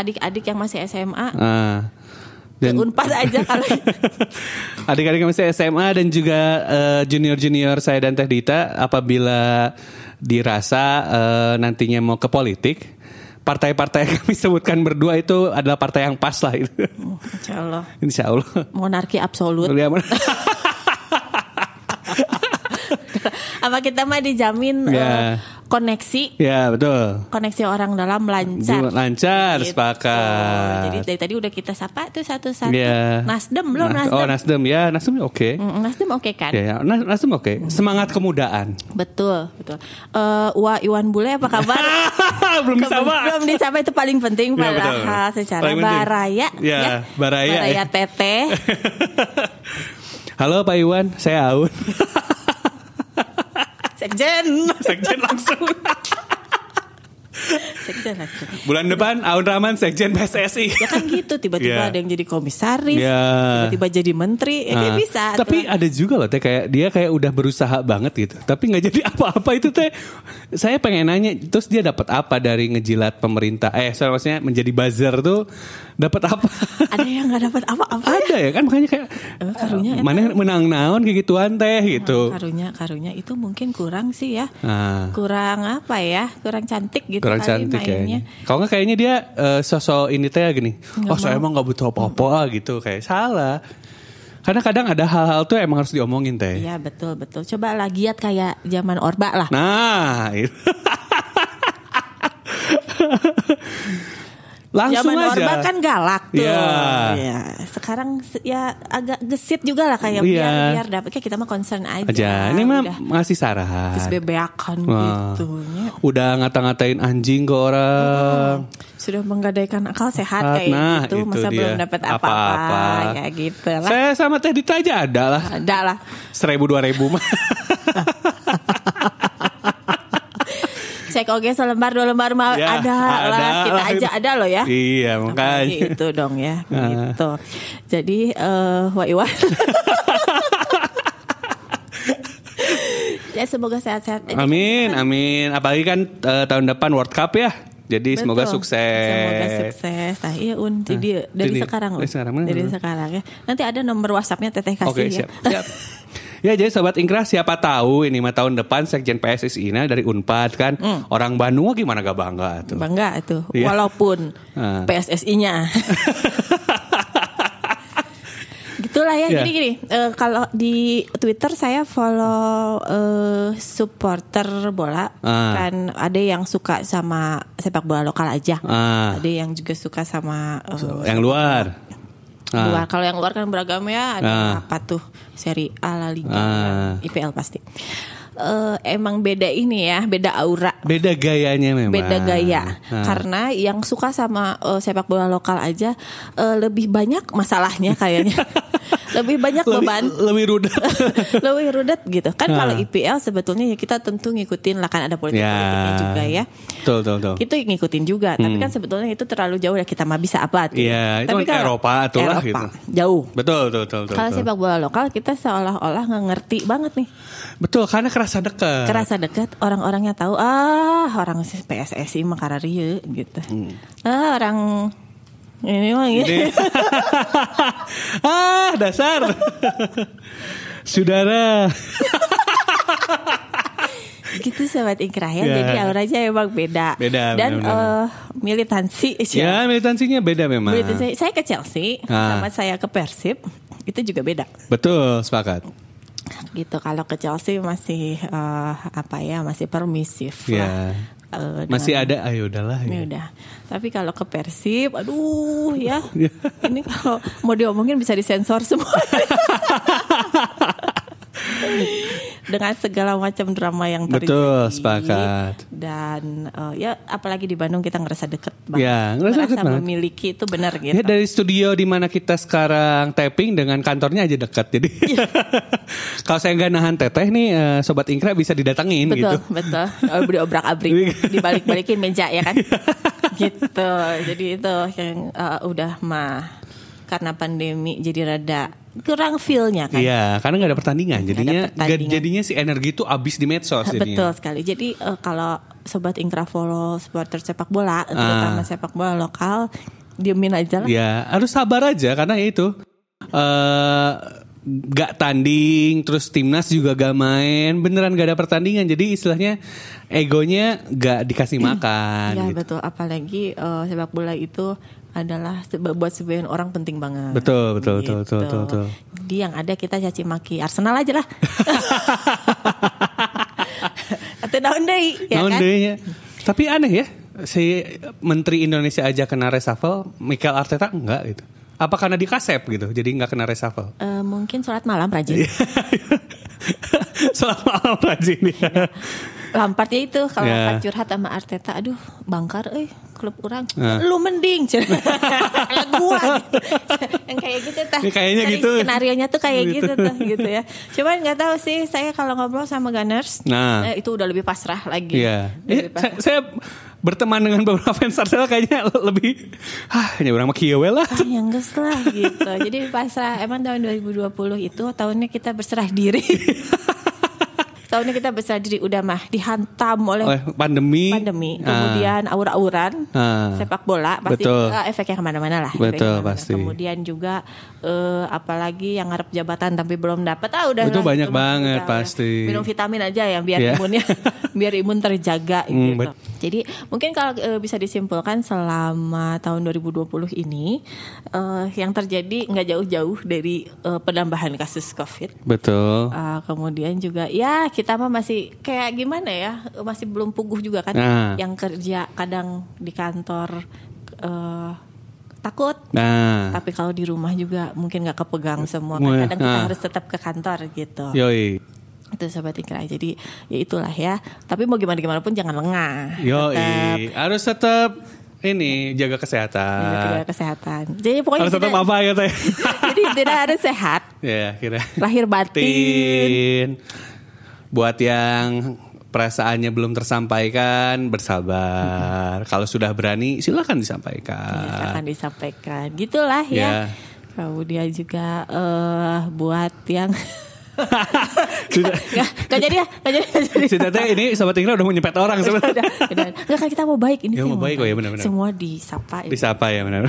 S1: adik-adik yang masih SMA
S2: Ah.
S1: ke
S2: dan
S1: Unpad aja kalau
S2: [LAUGHS] adik-adik yang masih SMA dan juga eh, junior-junior saya dan teh Dita apabila dirasa eh, nantinya mau ke politik partai-partai yang kami sebutkan berdua itu adalah partai yang pas lah itu. [LAUGHS]
S1: Insya Allah
S2: Insya Allah.
S1: Oh, Monarki absolut
S2: Mulia men-
S1: [LAUGHS] Apa kita mah dijamin eh,
S2: Ya.
S1: koneksi
S2: [LAUGHS] ya betul.
S1: Koneksi orang dalam lancar
S2: Lancar, lancar
S1: Gitu.
S2: sepakat.
S1: Jadi dari tadi udah kita sapa tuh satu-satu
S2: Ya.
S1: Nasdem belum
S2: Nas-
S1: Nasdem
S2: Oh Nasdem ya Nasdem oke.
S1: Mm, Nasdem oke kan
S2: Ya, ya. Nas- Nasdem oke. Semangat kemudaan. [LAUGHS]
S1: Betul betul. Eh, Wah Iwan Bule apa kabar?
S2: [LAUGHS] Belum disapa.
S1: Belum- Belum disapa itu paling penting
S2: Ya, betul.
S1: padahal secara
S2: Paling penting.
S1: baraya
S2: Ya, baraya, ya.
S1: teteh.
S2: Halo Pak Iwan, saya
S1: [LAUGHS]
S2: Aun.
S1: Sekjen.
S2: [LAUGHS] Sekjen langsung.
S1: Sekjen langsung.
S2: Bulan depan Aun Rahman
S1: [LAUGHS]
S2: Sekjen PSSI.
S1: Ya kan gitu tiba-tiba
S2: Ya.
S1: ada yang jadi komisaris,
S2: Ya.
S1: tiba-tiba jadi menteri, ya dia
S2: Nah,
S1: [LAUGHS] bisa. tuh.
S2: Tapi ada juga loh teh kayak dia kayak udah berusaha banget gitu, tapi nggak jadi [LAUGHS] apa-apa itu teh. Saya pengen nanya, terus dia dapat apa dari ngejilat pemerintah? Eh, sorry, maksudnya menjadi buzzer tuh dapat apa? [LAUGHS]
S1: ada yang nggak dapat apa-apa.
S2: ada ya kan makanya kayak
S1: Eh, karunya eta.
S2: mana menang naon kayak gituan teh gitu.
S1: Karunya karunya itu mungkin kurang sih ya.
S2: Nah,
S1: Kurang apa ya? Kurang cantik gitu
S2: kurang
S1: kali
S2: cantik
S1: mainnya.
S2: kayaknya. Kalau nggak kayaknya dia eh, sosok ini teh gini. oh, saya emang nggak butuh apa-apa ah," gitu kayak salah. Karena kadang ada hal-hal tuh emang harus diomongin teh.
S1: Iya betul betul. Coba lagi giat kayak zaman Orba lah.
S2: Nah,
S1: [LAUGHS]
S2: itu. Langsung
S1: Zaman
S2: aja.
S1: Orba kan galak tuh.
S2: Iya.
S1: Iya. Sekarang se- ya agak gesit juga lah kayak
S2: Iya.
S1: biar biar dapat kayak kita mah concern aja.
S2: aja. Ini mah
S1: Udah
S2: ngasih saran.
S1: habis bebeakan
S2: Wah.
S1: gitu. Ya.
S2: Udah ngata-ngatain anjing ke orang.
S1: Sudah menggadaikan akal sehat
S2: Nah,
S1: kayak
S2: nah,
S1: gitu,
S2: itu
S1: masa
S2: dia.
S1: belum dapat apa-apa
S2: Apa-apa.
S1: ya gitu lah.
S2: Saya sama Teh Dita aja ada lah.
S1: Ada lah.
S2: Seribu dua ribu mah.
S1: Cek oke selembar dua lembar mah
S2: Ya,
S1: Eh, ada, lah
S2: ada
S1: kita
S2: lah.
S1: aja ada loh ya.
S2: [LAUGHS] iya
S1: Apalagi
S2: makanya.
S1: itu dong ya
S2: [LAUGHS] Ah.
S1: gitu. Jadi eh Wak
S2: [LAUGHS]
S1: Iwan. ya semoga sehat-sehat aja.
S2: Amin, amin. Apalagi kan eh, tahun depan World Cup ya. Jadi semoga
S1: Betul.
S2: sukses. Ah.
S1: Semoga sukses. Nah, iya Un, jadi dari
S2: jadi-
S1: sekarang. Un.
S2: dari sekarang,
S1: Dari
S2: bener.
S1: sekarang ya. Nanti ada nomor WhatsApp-nya Teteh kasih [LAUGHS]
S2: Oke
S1: ya.
S2: siap. siap. Ya jadi sobat Ingkrah siapa tahu ini mah tahun depan sekjen PSSI ini dari Unpad kan
S1: Hmm.
S2: orang Bandung mah gimana gak bangga tuh.
S1: Bangga itu.
S2: Iya.
S1: Walaupun
S2: Ah.
S1: PSSI-nya.
S2: [LAUGHS]
S1: Gitulah ya.
S2: Iya.
S1: Jadi gini, eh, kalau di Twitter saya follow eh, supporter bola
S2: Ah.
S1: kan ada yang suka sama sepak bola lokal aja.
S2: Ah.
S1: Ada yang juga suka sama eh,
S2: Yang luar. Ah.
S1: luar. Kalau yang luar kan beragam ya. Ada
S2: Ah.
S1: apa tuh? Seri A, La Liga,
S2: Ah.
S1: IPL pasti. Eh, emang beda ini ya, beda aura
S2: Beda gayanya memang.
S1: beda gaya
S2: Ah.
S1: karena yang suka sama eh, sepak bola lokal aja eh, lebih banyak masalahnya kayaknya
S2: [LAUGHS]
S1: lebih banyak
S2: lebih, [LAUGHS]
S1: beban
S2: lebih rudet.
S1: [LAUGHS] lebih rudet gitu kan
S2: Ah.
S1: kalau IPL sebetulnya ya kita tentu ngikutin lah kan ada politik politiknya juga ya
S2: Betul, betul, betul. Hmm.
S1: itu ngikutin juga tapi kan sebetulnya itu terlalu jauh ya kita mah bisa apa tuh
S2: Iya, itu
S1: tapi
S2: kan Eropa tuh
S1: Eropa,
S2: lah gitu.
S1: jauh
S2: Betul, betul, betul. betul,
S1: kalau
S2: betul.
S1: sepak bola lokal kita seolah-olah nggak ngerti banget nih
S2: Betul, karena kerasa dekat.
S1: kerasa dekat orang-orangnya tahu ah orang si PSSI mah kararieu gitu ah orang ini mah gitu.
S2: Hmm. Ini. [LAUGHS] ah, dasar. Saudara.
S1: [LAUGHS] gitu sobat ingkrah ya
S2: Ya.
S1: jadi auranya emang beda
S2: Beda,
S1: dan
S2: benar-benar.
S1: eh, militansi eh,
S2: Ya, militansinya beda memang.
S1: militansi saya ke Chelsea
S2: Ah.
S1: sama saya ke Persib itu juga beda
S2: Betul, sepakat.
S1: gitu kalau ke Chelsea masih eh, apa ya masih permisif
S2: Ya.
S1: lah. Eh, dengan-
S2: Masih ada ayo udahlah.
S1: Ya
S2: Ya.
S1: udah. Tapi kalau ke Persib, aduh
S2: [LAUGHS]
S1: ya. Ini kalau mau diomongin bisa disensor semua. Dengan segala macam drama yang terjadi.
S2: Betul, sepakat.
S1: Dan eh, ya apalagi di Bandung kita ngerasa deket banget.
S2: Ya, ngerasa deket banget.
S1: memiliki itu benar gitu.
S2: Ya dari studio di mana kita sekarang tapping dengan kantornya aja dekat. Jadi
S1: Iya.
S2: [LAUGHS] kalau saya nggak nahan teteh nih eh, sobat Ingkra bisa didatengin
S1: betul,
S2: gitu. [LAUGHS]
S1: betul. Oh, beri
S2: Iya.
S1: obrak-abrik, dibalik-balikin meja ya kan. gitu. Jadi itu yang eh, udah mah karena pandemi jadi rada kurang feel-nya kan.
S2: Iya, karena nggak ada pertandingan. Jadinya
S1: ada pertandingan.
S2: nggak- jadinya si energi itu habis di medsos jadinya.
S1: Betul sekali. Jadi eh, kalau sobat Ingkra follow supporter sepak
S2: Ah.
S1: bola, terutama sepak bola lokal, diemin aja lah.
S2: Ya, harus sabar aja karena ya itu eh gak tanding, terus timnas juga gak main, beneran gak ada pertandingan. Jadi istilahnya egonya gak dikasih
S1: [CLEARS THROAT]
S2: makan.
S1: Ya
S2: gitu.
S1: betul. Apalagi eh, sepak bola itu adalah se- buat sebagian orang penting banget. Gitu.
S2: Betul, betul, betul, betul, betul, betul.
S1: Jadi yang ada kita caci maki Arsenal aja
S2: [LAUGHS]
S1: lah. Atau naon deui, ya
S2: Naon
S1: kan?
S2: deui nya. Tapi aneh ya, si Menteri Indonesia aja kena reshuffle, Michael Arteta enggak gitu. Apa karena di kasep gitu, jadi enggak kena reshuffle. [LAUGHS]
S1: Eh, mungkin sholat malam rajin.
S2: Selamat malam Rajin
S1: Iya.
S2: ya.
S1: Lampard ya itu kalau
S2: Ya.
S1: Lampard curhat sama Arteta, aduh bangkar, eh klub orang,
S2: Nah.
S1: lu mending,
S2: [LAUGHS]
S1: Lah gua, gitu. yang kayak gitu tah.
S2: Ya, kayaknya
S1: Sering
S2: gitu.
S1: Skenario nya tuh kayak
S2: Gitu.
S1: gitu tuh, gitu ya. Cuman nggak tahu sih, saya kalau ngobrol sama Gunners,
S2: Nah.
S1: eh, itu udah lebih pasrah lagi.
S2: Iya.
S1: Udah
S2: Ya,
S1: lebih
S2: saya,
S1: pasrah.
S2: saya berteman dengan beberapa [LAUGHS] fans Arsenal kayaknya lebih ah hanya orang mah kieu we lah.
S1: Ah, yang geus lah gitu. Jadi pasrah. Emang tahun 2020 itu tahunnya kita berserah
S2: [LAUGHS]
S1: diri. tahunnya kita berserah diri udah mah dihantam oleh
S2: Oleh Eh, pandemi.
S1: pandemi
S2: Ah,
S1: kemudian aur-auran
S2: Ah.
S1: sepak bola pasti
S2: Betul.
S1: eh, efeknya kemana-mana lah
S2: Betul,
S1: efeknya kemana-mana.
S2: pasti.
S1: kemudian juga eh, apalagi yang ngarep jabatan tapi belum dapat ah udah
S2: Itu
S1: lah,
S2: banyak
S1: gitu.
S2: banget,
S1: Udah,
S2: pasti.
S1: udah. minum vitamin aja ya biar
S2: Iya. [LAUGHS]
S1: imunnya biar imun terjaga
S2: Hmm,
S1: gitu jadi mungkin kalau eh, bisa disimpulkan selama tahun 2020 ini eh, yang terjadi nggak jauh-jauh dari eh, penambahan kasus covid
S2: Betul.
S1: Uh, kemudian juga ya kita mah masih kayak gimana ya masih belum puguh juga kan
S2: Nah.
S1: yang kerja kadang di kantor eh, takut
S2: Nah,
S1: tapi kalau di rumah juga mungkin nggak kepegang semua kan.
S2: Wah,
S1: kadang kita
S2: nah.
S1: harus tetap ke kantor gitu
S2: yoi.
S1: itu sobat Ikra jadi ya itulah ya tapi mau gimana gimana pun jangan lengah Tetap
S2: Yoi. Harus tetap ini jaga
S1: menjaga
S2: kesehatan.
S1: kesehatan jadi pokoknya
S2: iya. Harus tetap
S1: tidak-
S2: apa ya [LAUGHS] teh?
S1: [LAUGHS] jadi tidak harus sehat
S2: Ya, kira.
S1: lahir batin
S2: Tin. Buat yang perasaannya belum tersampaikan, bersabar. Kalau sudah berani, silakan
S1: Yes,
S2: disampaikan.
S1: akan disampaikan gitulah
S2: Ah. Ya.
S1: ya kemudian juga eh buat
S2: [LAUGHS]
S1: yang
S2: Sudah.
S1: [LAUGHS] nggak nggak jadi ya nggak jadi nggak jadi
S2: Si Teteh ini sobat Ingra udah mau nyepet orang
S1: [LAUGHS]
S2: sebenarnya.
S1: Udah, udah. nggak kan kita mau baik ini
S2: Ya,
S1: sih
S2: mau baik, oh ya, benar-benar.
S1: semua disapa ya.
S2: Disapa ya benar.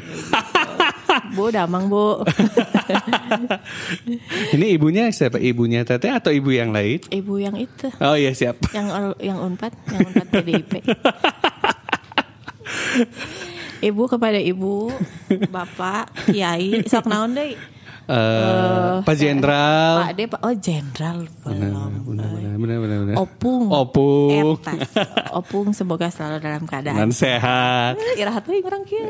S1: Bu, damang
S2: [LAUGHS]
S1: bu.
S2: Ini ibunya siapa? Ibunya Teteh atau ibu yang lain?
S1: Ibu yang itu,
S2: Oh iya siap.
S1: yang ol- yang unpad, yang unpad PDIP. Ibu kepada ibu, bapak, kiai, sok naon deui?
S2: Eh, Pak Jenderal.
S1: Pak De, Pak oh jenderal belum.
S2: Benar, benar, benar, benar.
S1: Opung.
S2: Opung.
S1: Etas. Opung semoga selalu dalam keadaan.
S2: Dan sehat. [LAUGHS]
S1: Irahat euy urang kieu.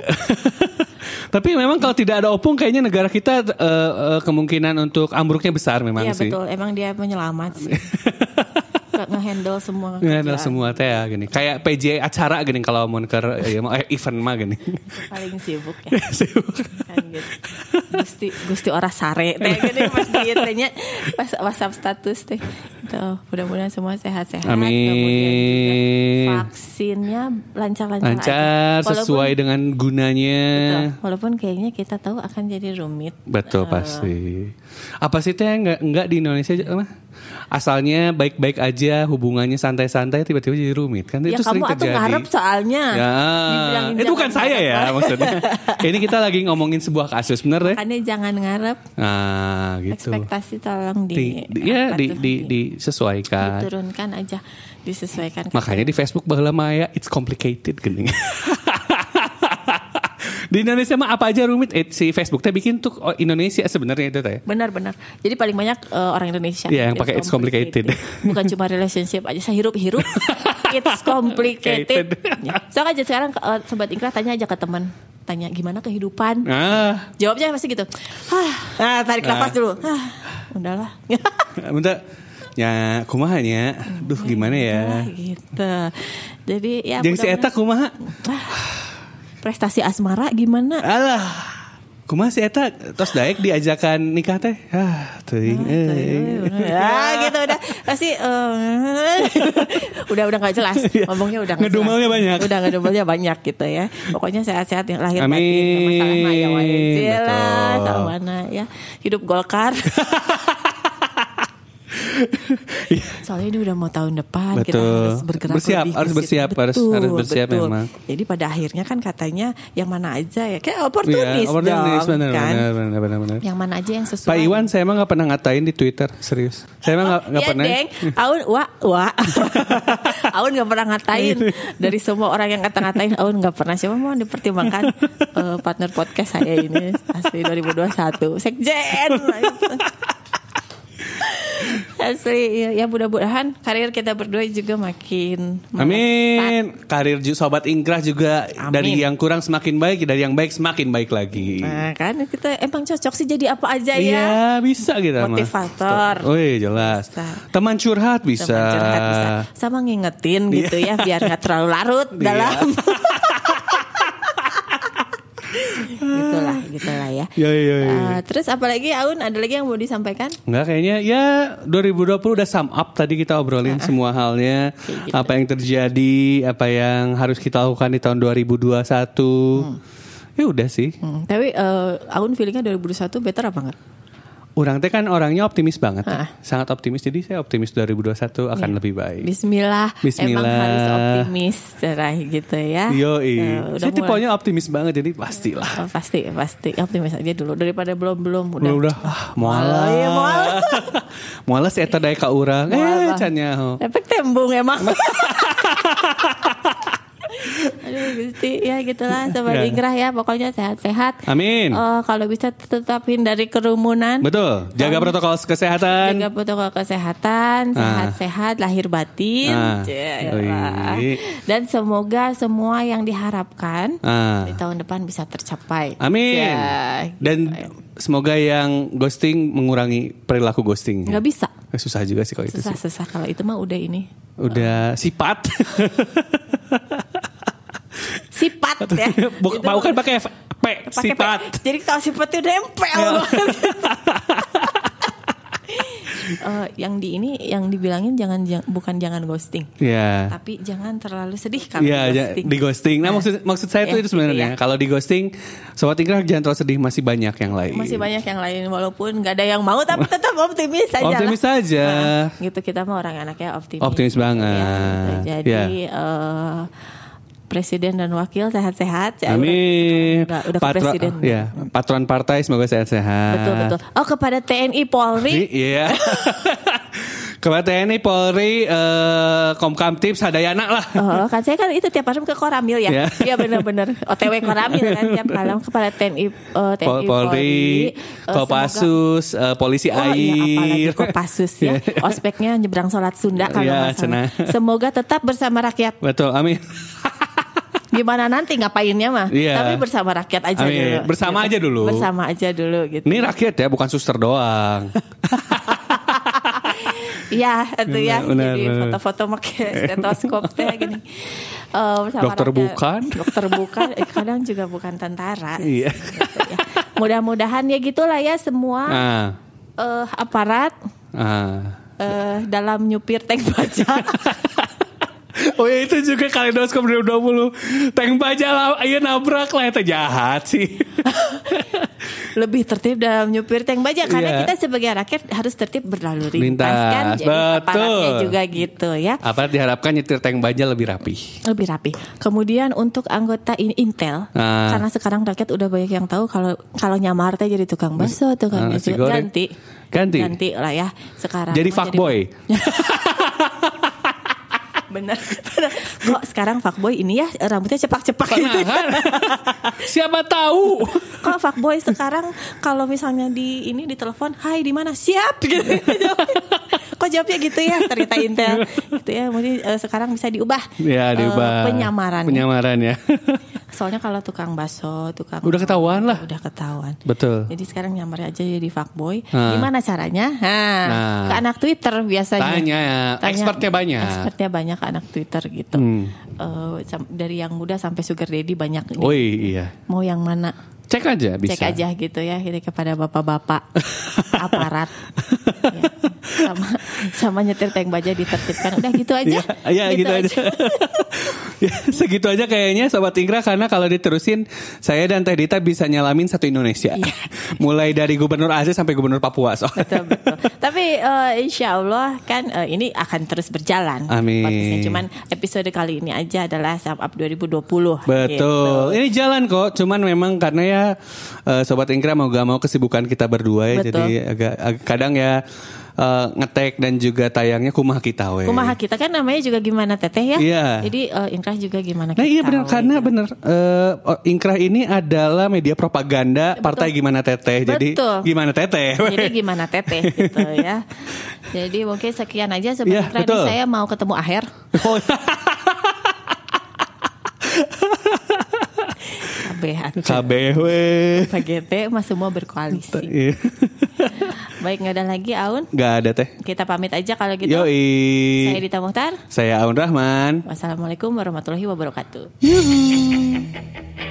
S2: Tapi memang kalau tidak ada opung kayaknya negara kita eh, eh, kemungkinan untuk ambruknya besar memang
S1: Iya
S2: sih.
S1: betul, emang dia penyelamat
S2: [LAUGHS]
S1: sih. Nggak Ngehandle semua.
S2: Ya,
S1: kerjaan.
S2: adalah semua teh ya, gini. Kayak PJ acara gini kalau mau ke ya, mau, eh, event mah gini. [LAUGHS]
S1: paling sibuk ya. kan gitu. Gusti Gusti orang sare
S2: [LAUGHS]
S1: teh gini pas dia tanya pas WhatsApp status teh. Tuh, mudah-mudahan semua sehat-sehat. Kemudian juga
S2: Amin.
S1: Vaksinnya lancar-lancar
S2: Lancar
S1: aja. Walaupun-
S2: sesuai dengan gunanya.
S1: Betul. Walaupun kayaknya kita tahu akan jadi rumit.
S2: Betul pasti. Apa sih teh enggak enggak di Indonesia aja, mah? Asalnya baik-baik aja, hubungannya santai-santai tiba-tiba jadi rumit kan
S1: ya
S2: itu sering
S1: kamu atuh
S2: terjadi.
S1: ngarep soalnya.
S2: Ya,
S1: Dibilangin
S2: itu bukan
S1: jangan
S2: saya ya
S1: ngarep. [LAUGHS]
S2: maksudnya. Ini kita lagi ngomongin sebuah kasus bener deh.
S1: Makanya jangan ngarep.
S2: Nah, gitu.
S1: Ekspektasi tolong di,
S2: Di, di- ya
S1: apa
S2: di,
S1: tuh,
S2: di, disesuaikan.
S1: diturunkan aja, disesuaikan.
S2: Makanya di Facebook bahwa Maya it's complicated gini. di Indonesia mah apa aja rumit eh, si Facebook teh bikin tuh oh, Indonesia sebenarnya itu teh.
S1: Benar-benar. Jadi paling banyak eh, orang Indonesia.
S2: Iya, yang pakai it's complicated.
S1: Bukan cuma relationship aja, saya
S2: [LAUGHS]
S1: hirup-hirup. it's complicated. ya. So aja sekarang eh, sobat Inkra tanya aja ke teman, tanya gimana kehidupan.
S2: Ah,
S1: Jawabnya pasti gitu. Hah, nah, tarik nafas dulu. Hah, udahlah. [LAUGHS]
S2: bentar. Ya, kumaha nya? Duh, gimana ya?
S1: Udahlah, gitu. Jadi ya
S2: Jeung si
S1: mudah-mudahan-
S2: eta kumaha?
S1: Ah, [SIGHS] prestasi asmara gimana?
S2: Alah. Kumaha si eta tos daek diajakan nikah teh? Ah, teuing euy. [LAUGHS]
S1: Ya gitu udah pasti eh, [LAUGHS] udah udah nggak
S2: [LAUGHS]
S1: jelas ngomongnya udah nggak
S2: Ya. Ngedumelnya
S1: jelas.
S2: banyak.
S1: udah ngedumelnya banyak gitu ya pokoknya sehat-sehat yang lahir batin
S2: Amin.
S1: masalah mah ya wae. Jelas,
S2: Betul.
S1: sawana, ya hidup golkar [LAUGHS]
S2: Iya,
S1: soalnya ini udah mau tahun depan kita
S2: Betul.
S1: harus bergerak
S2: Bersiap,
S1: lebih ke
S2: harus
S1: situ.
S2: bersiap, harus-
S1: Betul,
S2: harus bersiap
S1: betul.
S2: memang.
S1: jadi pada akhirnya kan katanya yang mana aja ya kayak
S2: Iya,
S1: oportunis
S2: opportunis,
S1: dong
S2: benar,
S1: kan
S2: benar, benar, benar, benar.
S1: yang mana aja yang sesuai
S2: Pak Iwan saya emang gak pernah ngatain di Twitter Serius Saya emang gak, gak
S1: Iya,
S2: pernah
S1: Deng. Aun wa
S2: [LAUGHS]
S1: wa. Aun gak pernah ngatain
S2: Iya.
S1: dari semua orang yang kata-ngatain Aun gak pernah siapa mau
S2: [LAUGHS]
S1: dipertimbangkan eh, partner podcast saya ini asli 2021. Sekjen.
S2: [LAUGHS]
S1: Asli ya, ya mudah-mudahan karir kita berdua juga makin
S2: Amin Karir ju- Sobat Ingkrah juga
S1: Amin.
S2: Dari yang kurang semakin baik Dari yang baik semakin baik lagi
S1: Nah, kan kita emang cocok sih jadi apa aja ya.
S2: Iya bisa kita mah.
S1: Motivator.
S2: Wih jelas
S1: Bisa.
S2: Teman curhat bisa
S1: Teman curhat bisa. Sama ngingetin gitu ya biar nggak terlalu larut
S2: Iya. [LAUGHS]
S1: dalam gitulah gitulah ya.
S2: Ya, ya, ya.
S1: Eh, terus apalagi Aun ada lagi yang mau disampaikan?
S2: Enggak kayaknya ya 2020 udah sum up tadi kita obrolin semua halnya
S1: gitu.
S2: apa yang terjadi apa yang harus kita lakukan di tahun 2021 ya udah sih
S1: Hmm, tapi eh, Aun feelingnya 2021 better apa enggak?
S2: Orang teh kan orangnya optimis banget, ya.
S1: Ah.
S2: sangat optimis. Jadi saya optimis 2021
S1: Iya.
S2: akan lebih baik.
S1: Bismillah, emang
S2: Bismillah.
S1: harus optimis cerah gitu ya.
S2: Yo,
S1: Eh, udah
S2: saya
S1: mulai-
S2: tipenya optimis banget, jadi
S1: Oh,
S2: pastilah.
S1: pasti pasti optimis aja dulu daripada belum belum udah.
S2: Udah, udah, ah, mualah.
S1: Iya, mual.
S2: [LAUGHS] Mualah saya tadi ka urang.
S1: Mual,
S2: Eh,
S1: Bang.
S2: canya. ho.
S1: Efek tembung emang. [LAUGHS] Aduh Gusti ya gitulah sobat
S2: Ya.
S1: Ingrah ya pokoknya sehat-sehat.
S2: Amin.
S1: Eh, kalau bisa tetap hindari kerumunan.
S2: Betul. Jaga protokol kesehatan.
S1: Jaga protokol kesehatan, sehat-sehat, lahir batin,
S2: Ah.
S1: Yaelah.
S2: Ui.
S1: dan semoga semua yang diharapkan
S2: Ah.
S1: di tahun depan bisa tercapai.
S2: Amin.
S1: Ya.
S2: Dan semoga yang ghosting mengurangi perilaku ghosting.
S1: nggak bisa,
S2: Eh, Susah juga sih kalau itu sih.
S1: susah-susah kalau itu mah udah ini Oh.
S2: Udah sifat.
S1: sifat [LAUGHS] ya.
S2: Bukan
S1: Itu
S2: bukan kan pakai F- P,
S1: pakai
S2: sifat. Ya.
S1: pe- Jadi kalau sifatnya udah empel. [LAUGHS] Eh, yang di ini yang dibilangin jangan jang- bukan jangan ghosting,
S2: Ya.
S1: tapi jangan terlalu sedih kalau
S2: Iya, ja-
S1: ghosting.
S2: di ghosting. Nah, maksud maksud
S1: Ya,
S2: saya tuh itu
S1: gitu ya.
S2: sebenarnya. Kalau di ghosting, sobat ingkrah jangan terlalu sedih, masih banyak yang lain.
S1: masih banyak yang lain walaupun nggak ada yang mau tapi tetap optimis aja lah.
S2: Optimis aja.
S1: Nah, gitu kita mah orang anaknya optimis
S2: Iya. Optimis banget.
S1: Ya, gitu. jadi
S2: Ya.
S1: eh, presiden dan wakil sehat-sehat. Ya,
S2: Amin.
S1: Udah, udah ke
S2: Patro-
S1: presiden.
S2: ya, patron partai semoga sehat-sehat.
S1: Betul betul. Oh kepada TNI Polri.
S2: Iya. [LAUGHS] Kepada TNI, Polri, eh, Komkam Tips, Hadayana lah.
S1: Oh, kan saya kan itu tiap malam ke Koramil
S2: Iya.
S1: ya. Iya benar-benar OTW Koramil kan tiap malam kepada TNI eh, TNI
S2: Pol-
S1: Eh,
S2: Polri, Kopassus, eh, Polisi
S1: semoga- Oh iya apalagi
S2: Air.
S1: Kopassus
S2: [LAUGHS]
S1: ya. Ospeknya nyebrang sholat Sunda kalau
S2: Iya,
S1: nggak salah.
S2: cenah.
S1: Semoga tetap bersama rakyat.
S2: Betul, amin.
S1: Gimana nanti ngapainnya mah.
S2: Iya.
S1: Tapi bersama rakyat aja
S2: Amin.
S1: dulu. Gitu.
S2: Bersama aja dulu.
S1: Bersama aja dulu gitu.
S2: Ini rakyat ya, bukan suster
S1: [LAUGHS]
S2: doang.
S1: Iya, itu ya.
S2: Benar,
S1: Jadi
S2: benar.
S1: foto-foto pakai stetoskop teh gini. Eh, bersama
S2: Dokter
S1: rakyat.
S2: bukan.
S1: Dokter bukan. Eh, kadang juga bukan tentara.
S2: Iya.
S1: Gitu ya. Mudah-mudahan ya gitulah ya semua
S2: Ah,
S1: eh, aparat
S2: ah.
S1: eh, dalam nyupir tank
S2: [LAUGHS]
S1: baja.
S2: Oh ya itu juga kaleidoskop 2020 Tank baja lah Iya nabrak lah Itu jahat sih
S1: Lebih tertib dalam nyupir tank baja karena
S2: Iya.
S1: kita sebagai rakyat harus tertib berlalu lintas,
S2: Lintas,
S1: kan. Jadi
S2: betul.
S1: aparatnya juga gitu ya.
S2: [LAUGHS] Apa diharapkan nyetir tank baja lebih rapi
S1: lebih rapi. Kemudian untuk anggota in- Intel,
S2: Ah.
S1: karena sekarang rakyat udah banyak yang tahu kalau kalau nyamar teh jadi tukang bakso, tukang
S2: Ah,
S1: nasi
S2: nasi goreng.
S1: ganti,
S2: Ganti?
S1: ganti lah ya sekarang.
S2: Jadi
S1: mah
S2: fuckboy
S1: [LAUGHS] Bener, bener. Kok sekarang fuckboy ini ya rambutnya cepak-cepak
S2: [LAUGHS]
S1: gitu.
S2: Nah, kan? Siapa tahu
S1: [LAUGHS] Kok fuckboy sekarang kalau misalnya di ini di telepon, "Hai, di mana?" Siap
S2: [LAUGHS]
S1: gitu. Kok jawabnya gitu ya cerita Intel. Gitu ya, mungkin eh, sekarang bisa diubah.
S2: Ya
S1: eh,
S2: diubah
S1: penyamaran.
S2: Penyamaran
S1: [LAUGHS]
S2: ya
S1: Soalnya kalau tukang bakso, tukang
S2: Udah ketahuan lah.
S1: Udah ketahuan.
S2: Betul
S1: Jadi sekarang nyamar aja jadi fuckboy.
S2: Nah.
S1: Gimana caranya? Hah,
S2: Nah.
S1: Ke anak Twitter biasanya.
S2: Tanya, expertnya banyak.
S1: Expertnya banyak ke anak Twitter gitu.
S2: Hmm.
S1: Eh, sam- dari yang muda sampai sugar daddy banyak. nih.
S2: Woi iya
S1: Mau yang mana?
S2: Cek aja bisa
S1: Cek aja gitu ya. Jadi kepada
S2: [LAUGHS]
S1: bapak-bapak aparat. Ya. Sama, sama nyetir tank baja ditertibkan. Udah gitu aja.
S2: Iya, [LAUGHS] iya, gitu, aja. Ya, segitu aja kayaknya Sobat Inggra karena kalau diterusin saya dan Teh Dita bisa nyalamin satu Indonesia.
S1: Iya.
S2: [LAUGHS] Mulai dari Gubernur Aceh sampai Gubernur Papua
S1: [LAUGHS]
S2: soalnya.
S1: betul
S2: [LAUGHS]
S1: betul. Tapi eh, insya Allah kan eh, ini akan terus berjalan.
S2: Amin.
S1: Podcastnya. Cuman episode kali ini aja adalah sum up 2020.
S2: Betul.
S1: Gitu.
S2: Ini jalan kok, cuman memang karena ya eh, sobat Ingkra mau gak mau kesibukan kita berdua ya,
S1: Betul.
S2: jadi agak, agak- kadang ya eh, ngetek dan juga tayangnya kumaha kita we.
S1: Kumaha kita kan namanya juga gimana teteh ya.
S2: Iya.
S1: Jadi eh, Inkrah juga gimana kita.
S2: Nah
S1: gitu.
S2: iya benar karena benar eh, Ingkrah ini adalah media propaganda partai gimana teteh. Jadi
S1: Betul.
S2: gimana teteh. we. [LAUGHS]
S1: Jadi gimana teteh gitu ya. Jadi mungkin sekian aja
S2: Iya,
S1: sebenarnya
S2: betul.
S1: saya mau ketemu akhir.
S2: Oh,
S1: Kabeh atuh.
S2: kabeh we.
S1: PGT mah semua berkoalisi.
S2: Iya.
S1: Baik nggak ada lagi Aun.
S2: Gak ada teh.
S1: Kita pamit aja kalau gitu.
S2: Yoi.
S1: Saya Dita Muhtar.
S2: Saya Aun Rahman.
S1: Wassalamualaikum warahmatullahi wabarakatuh.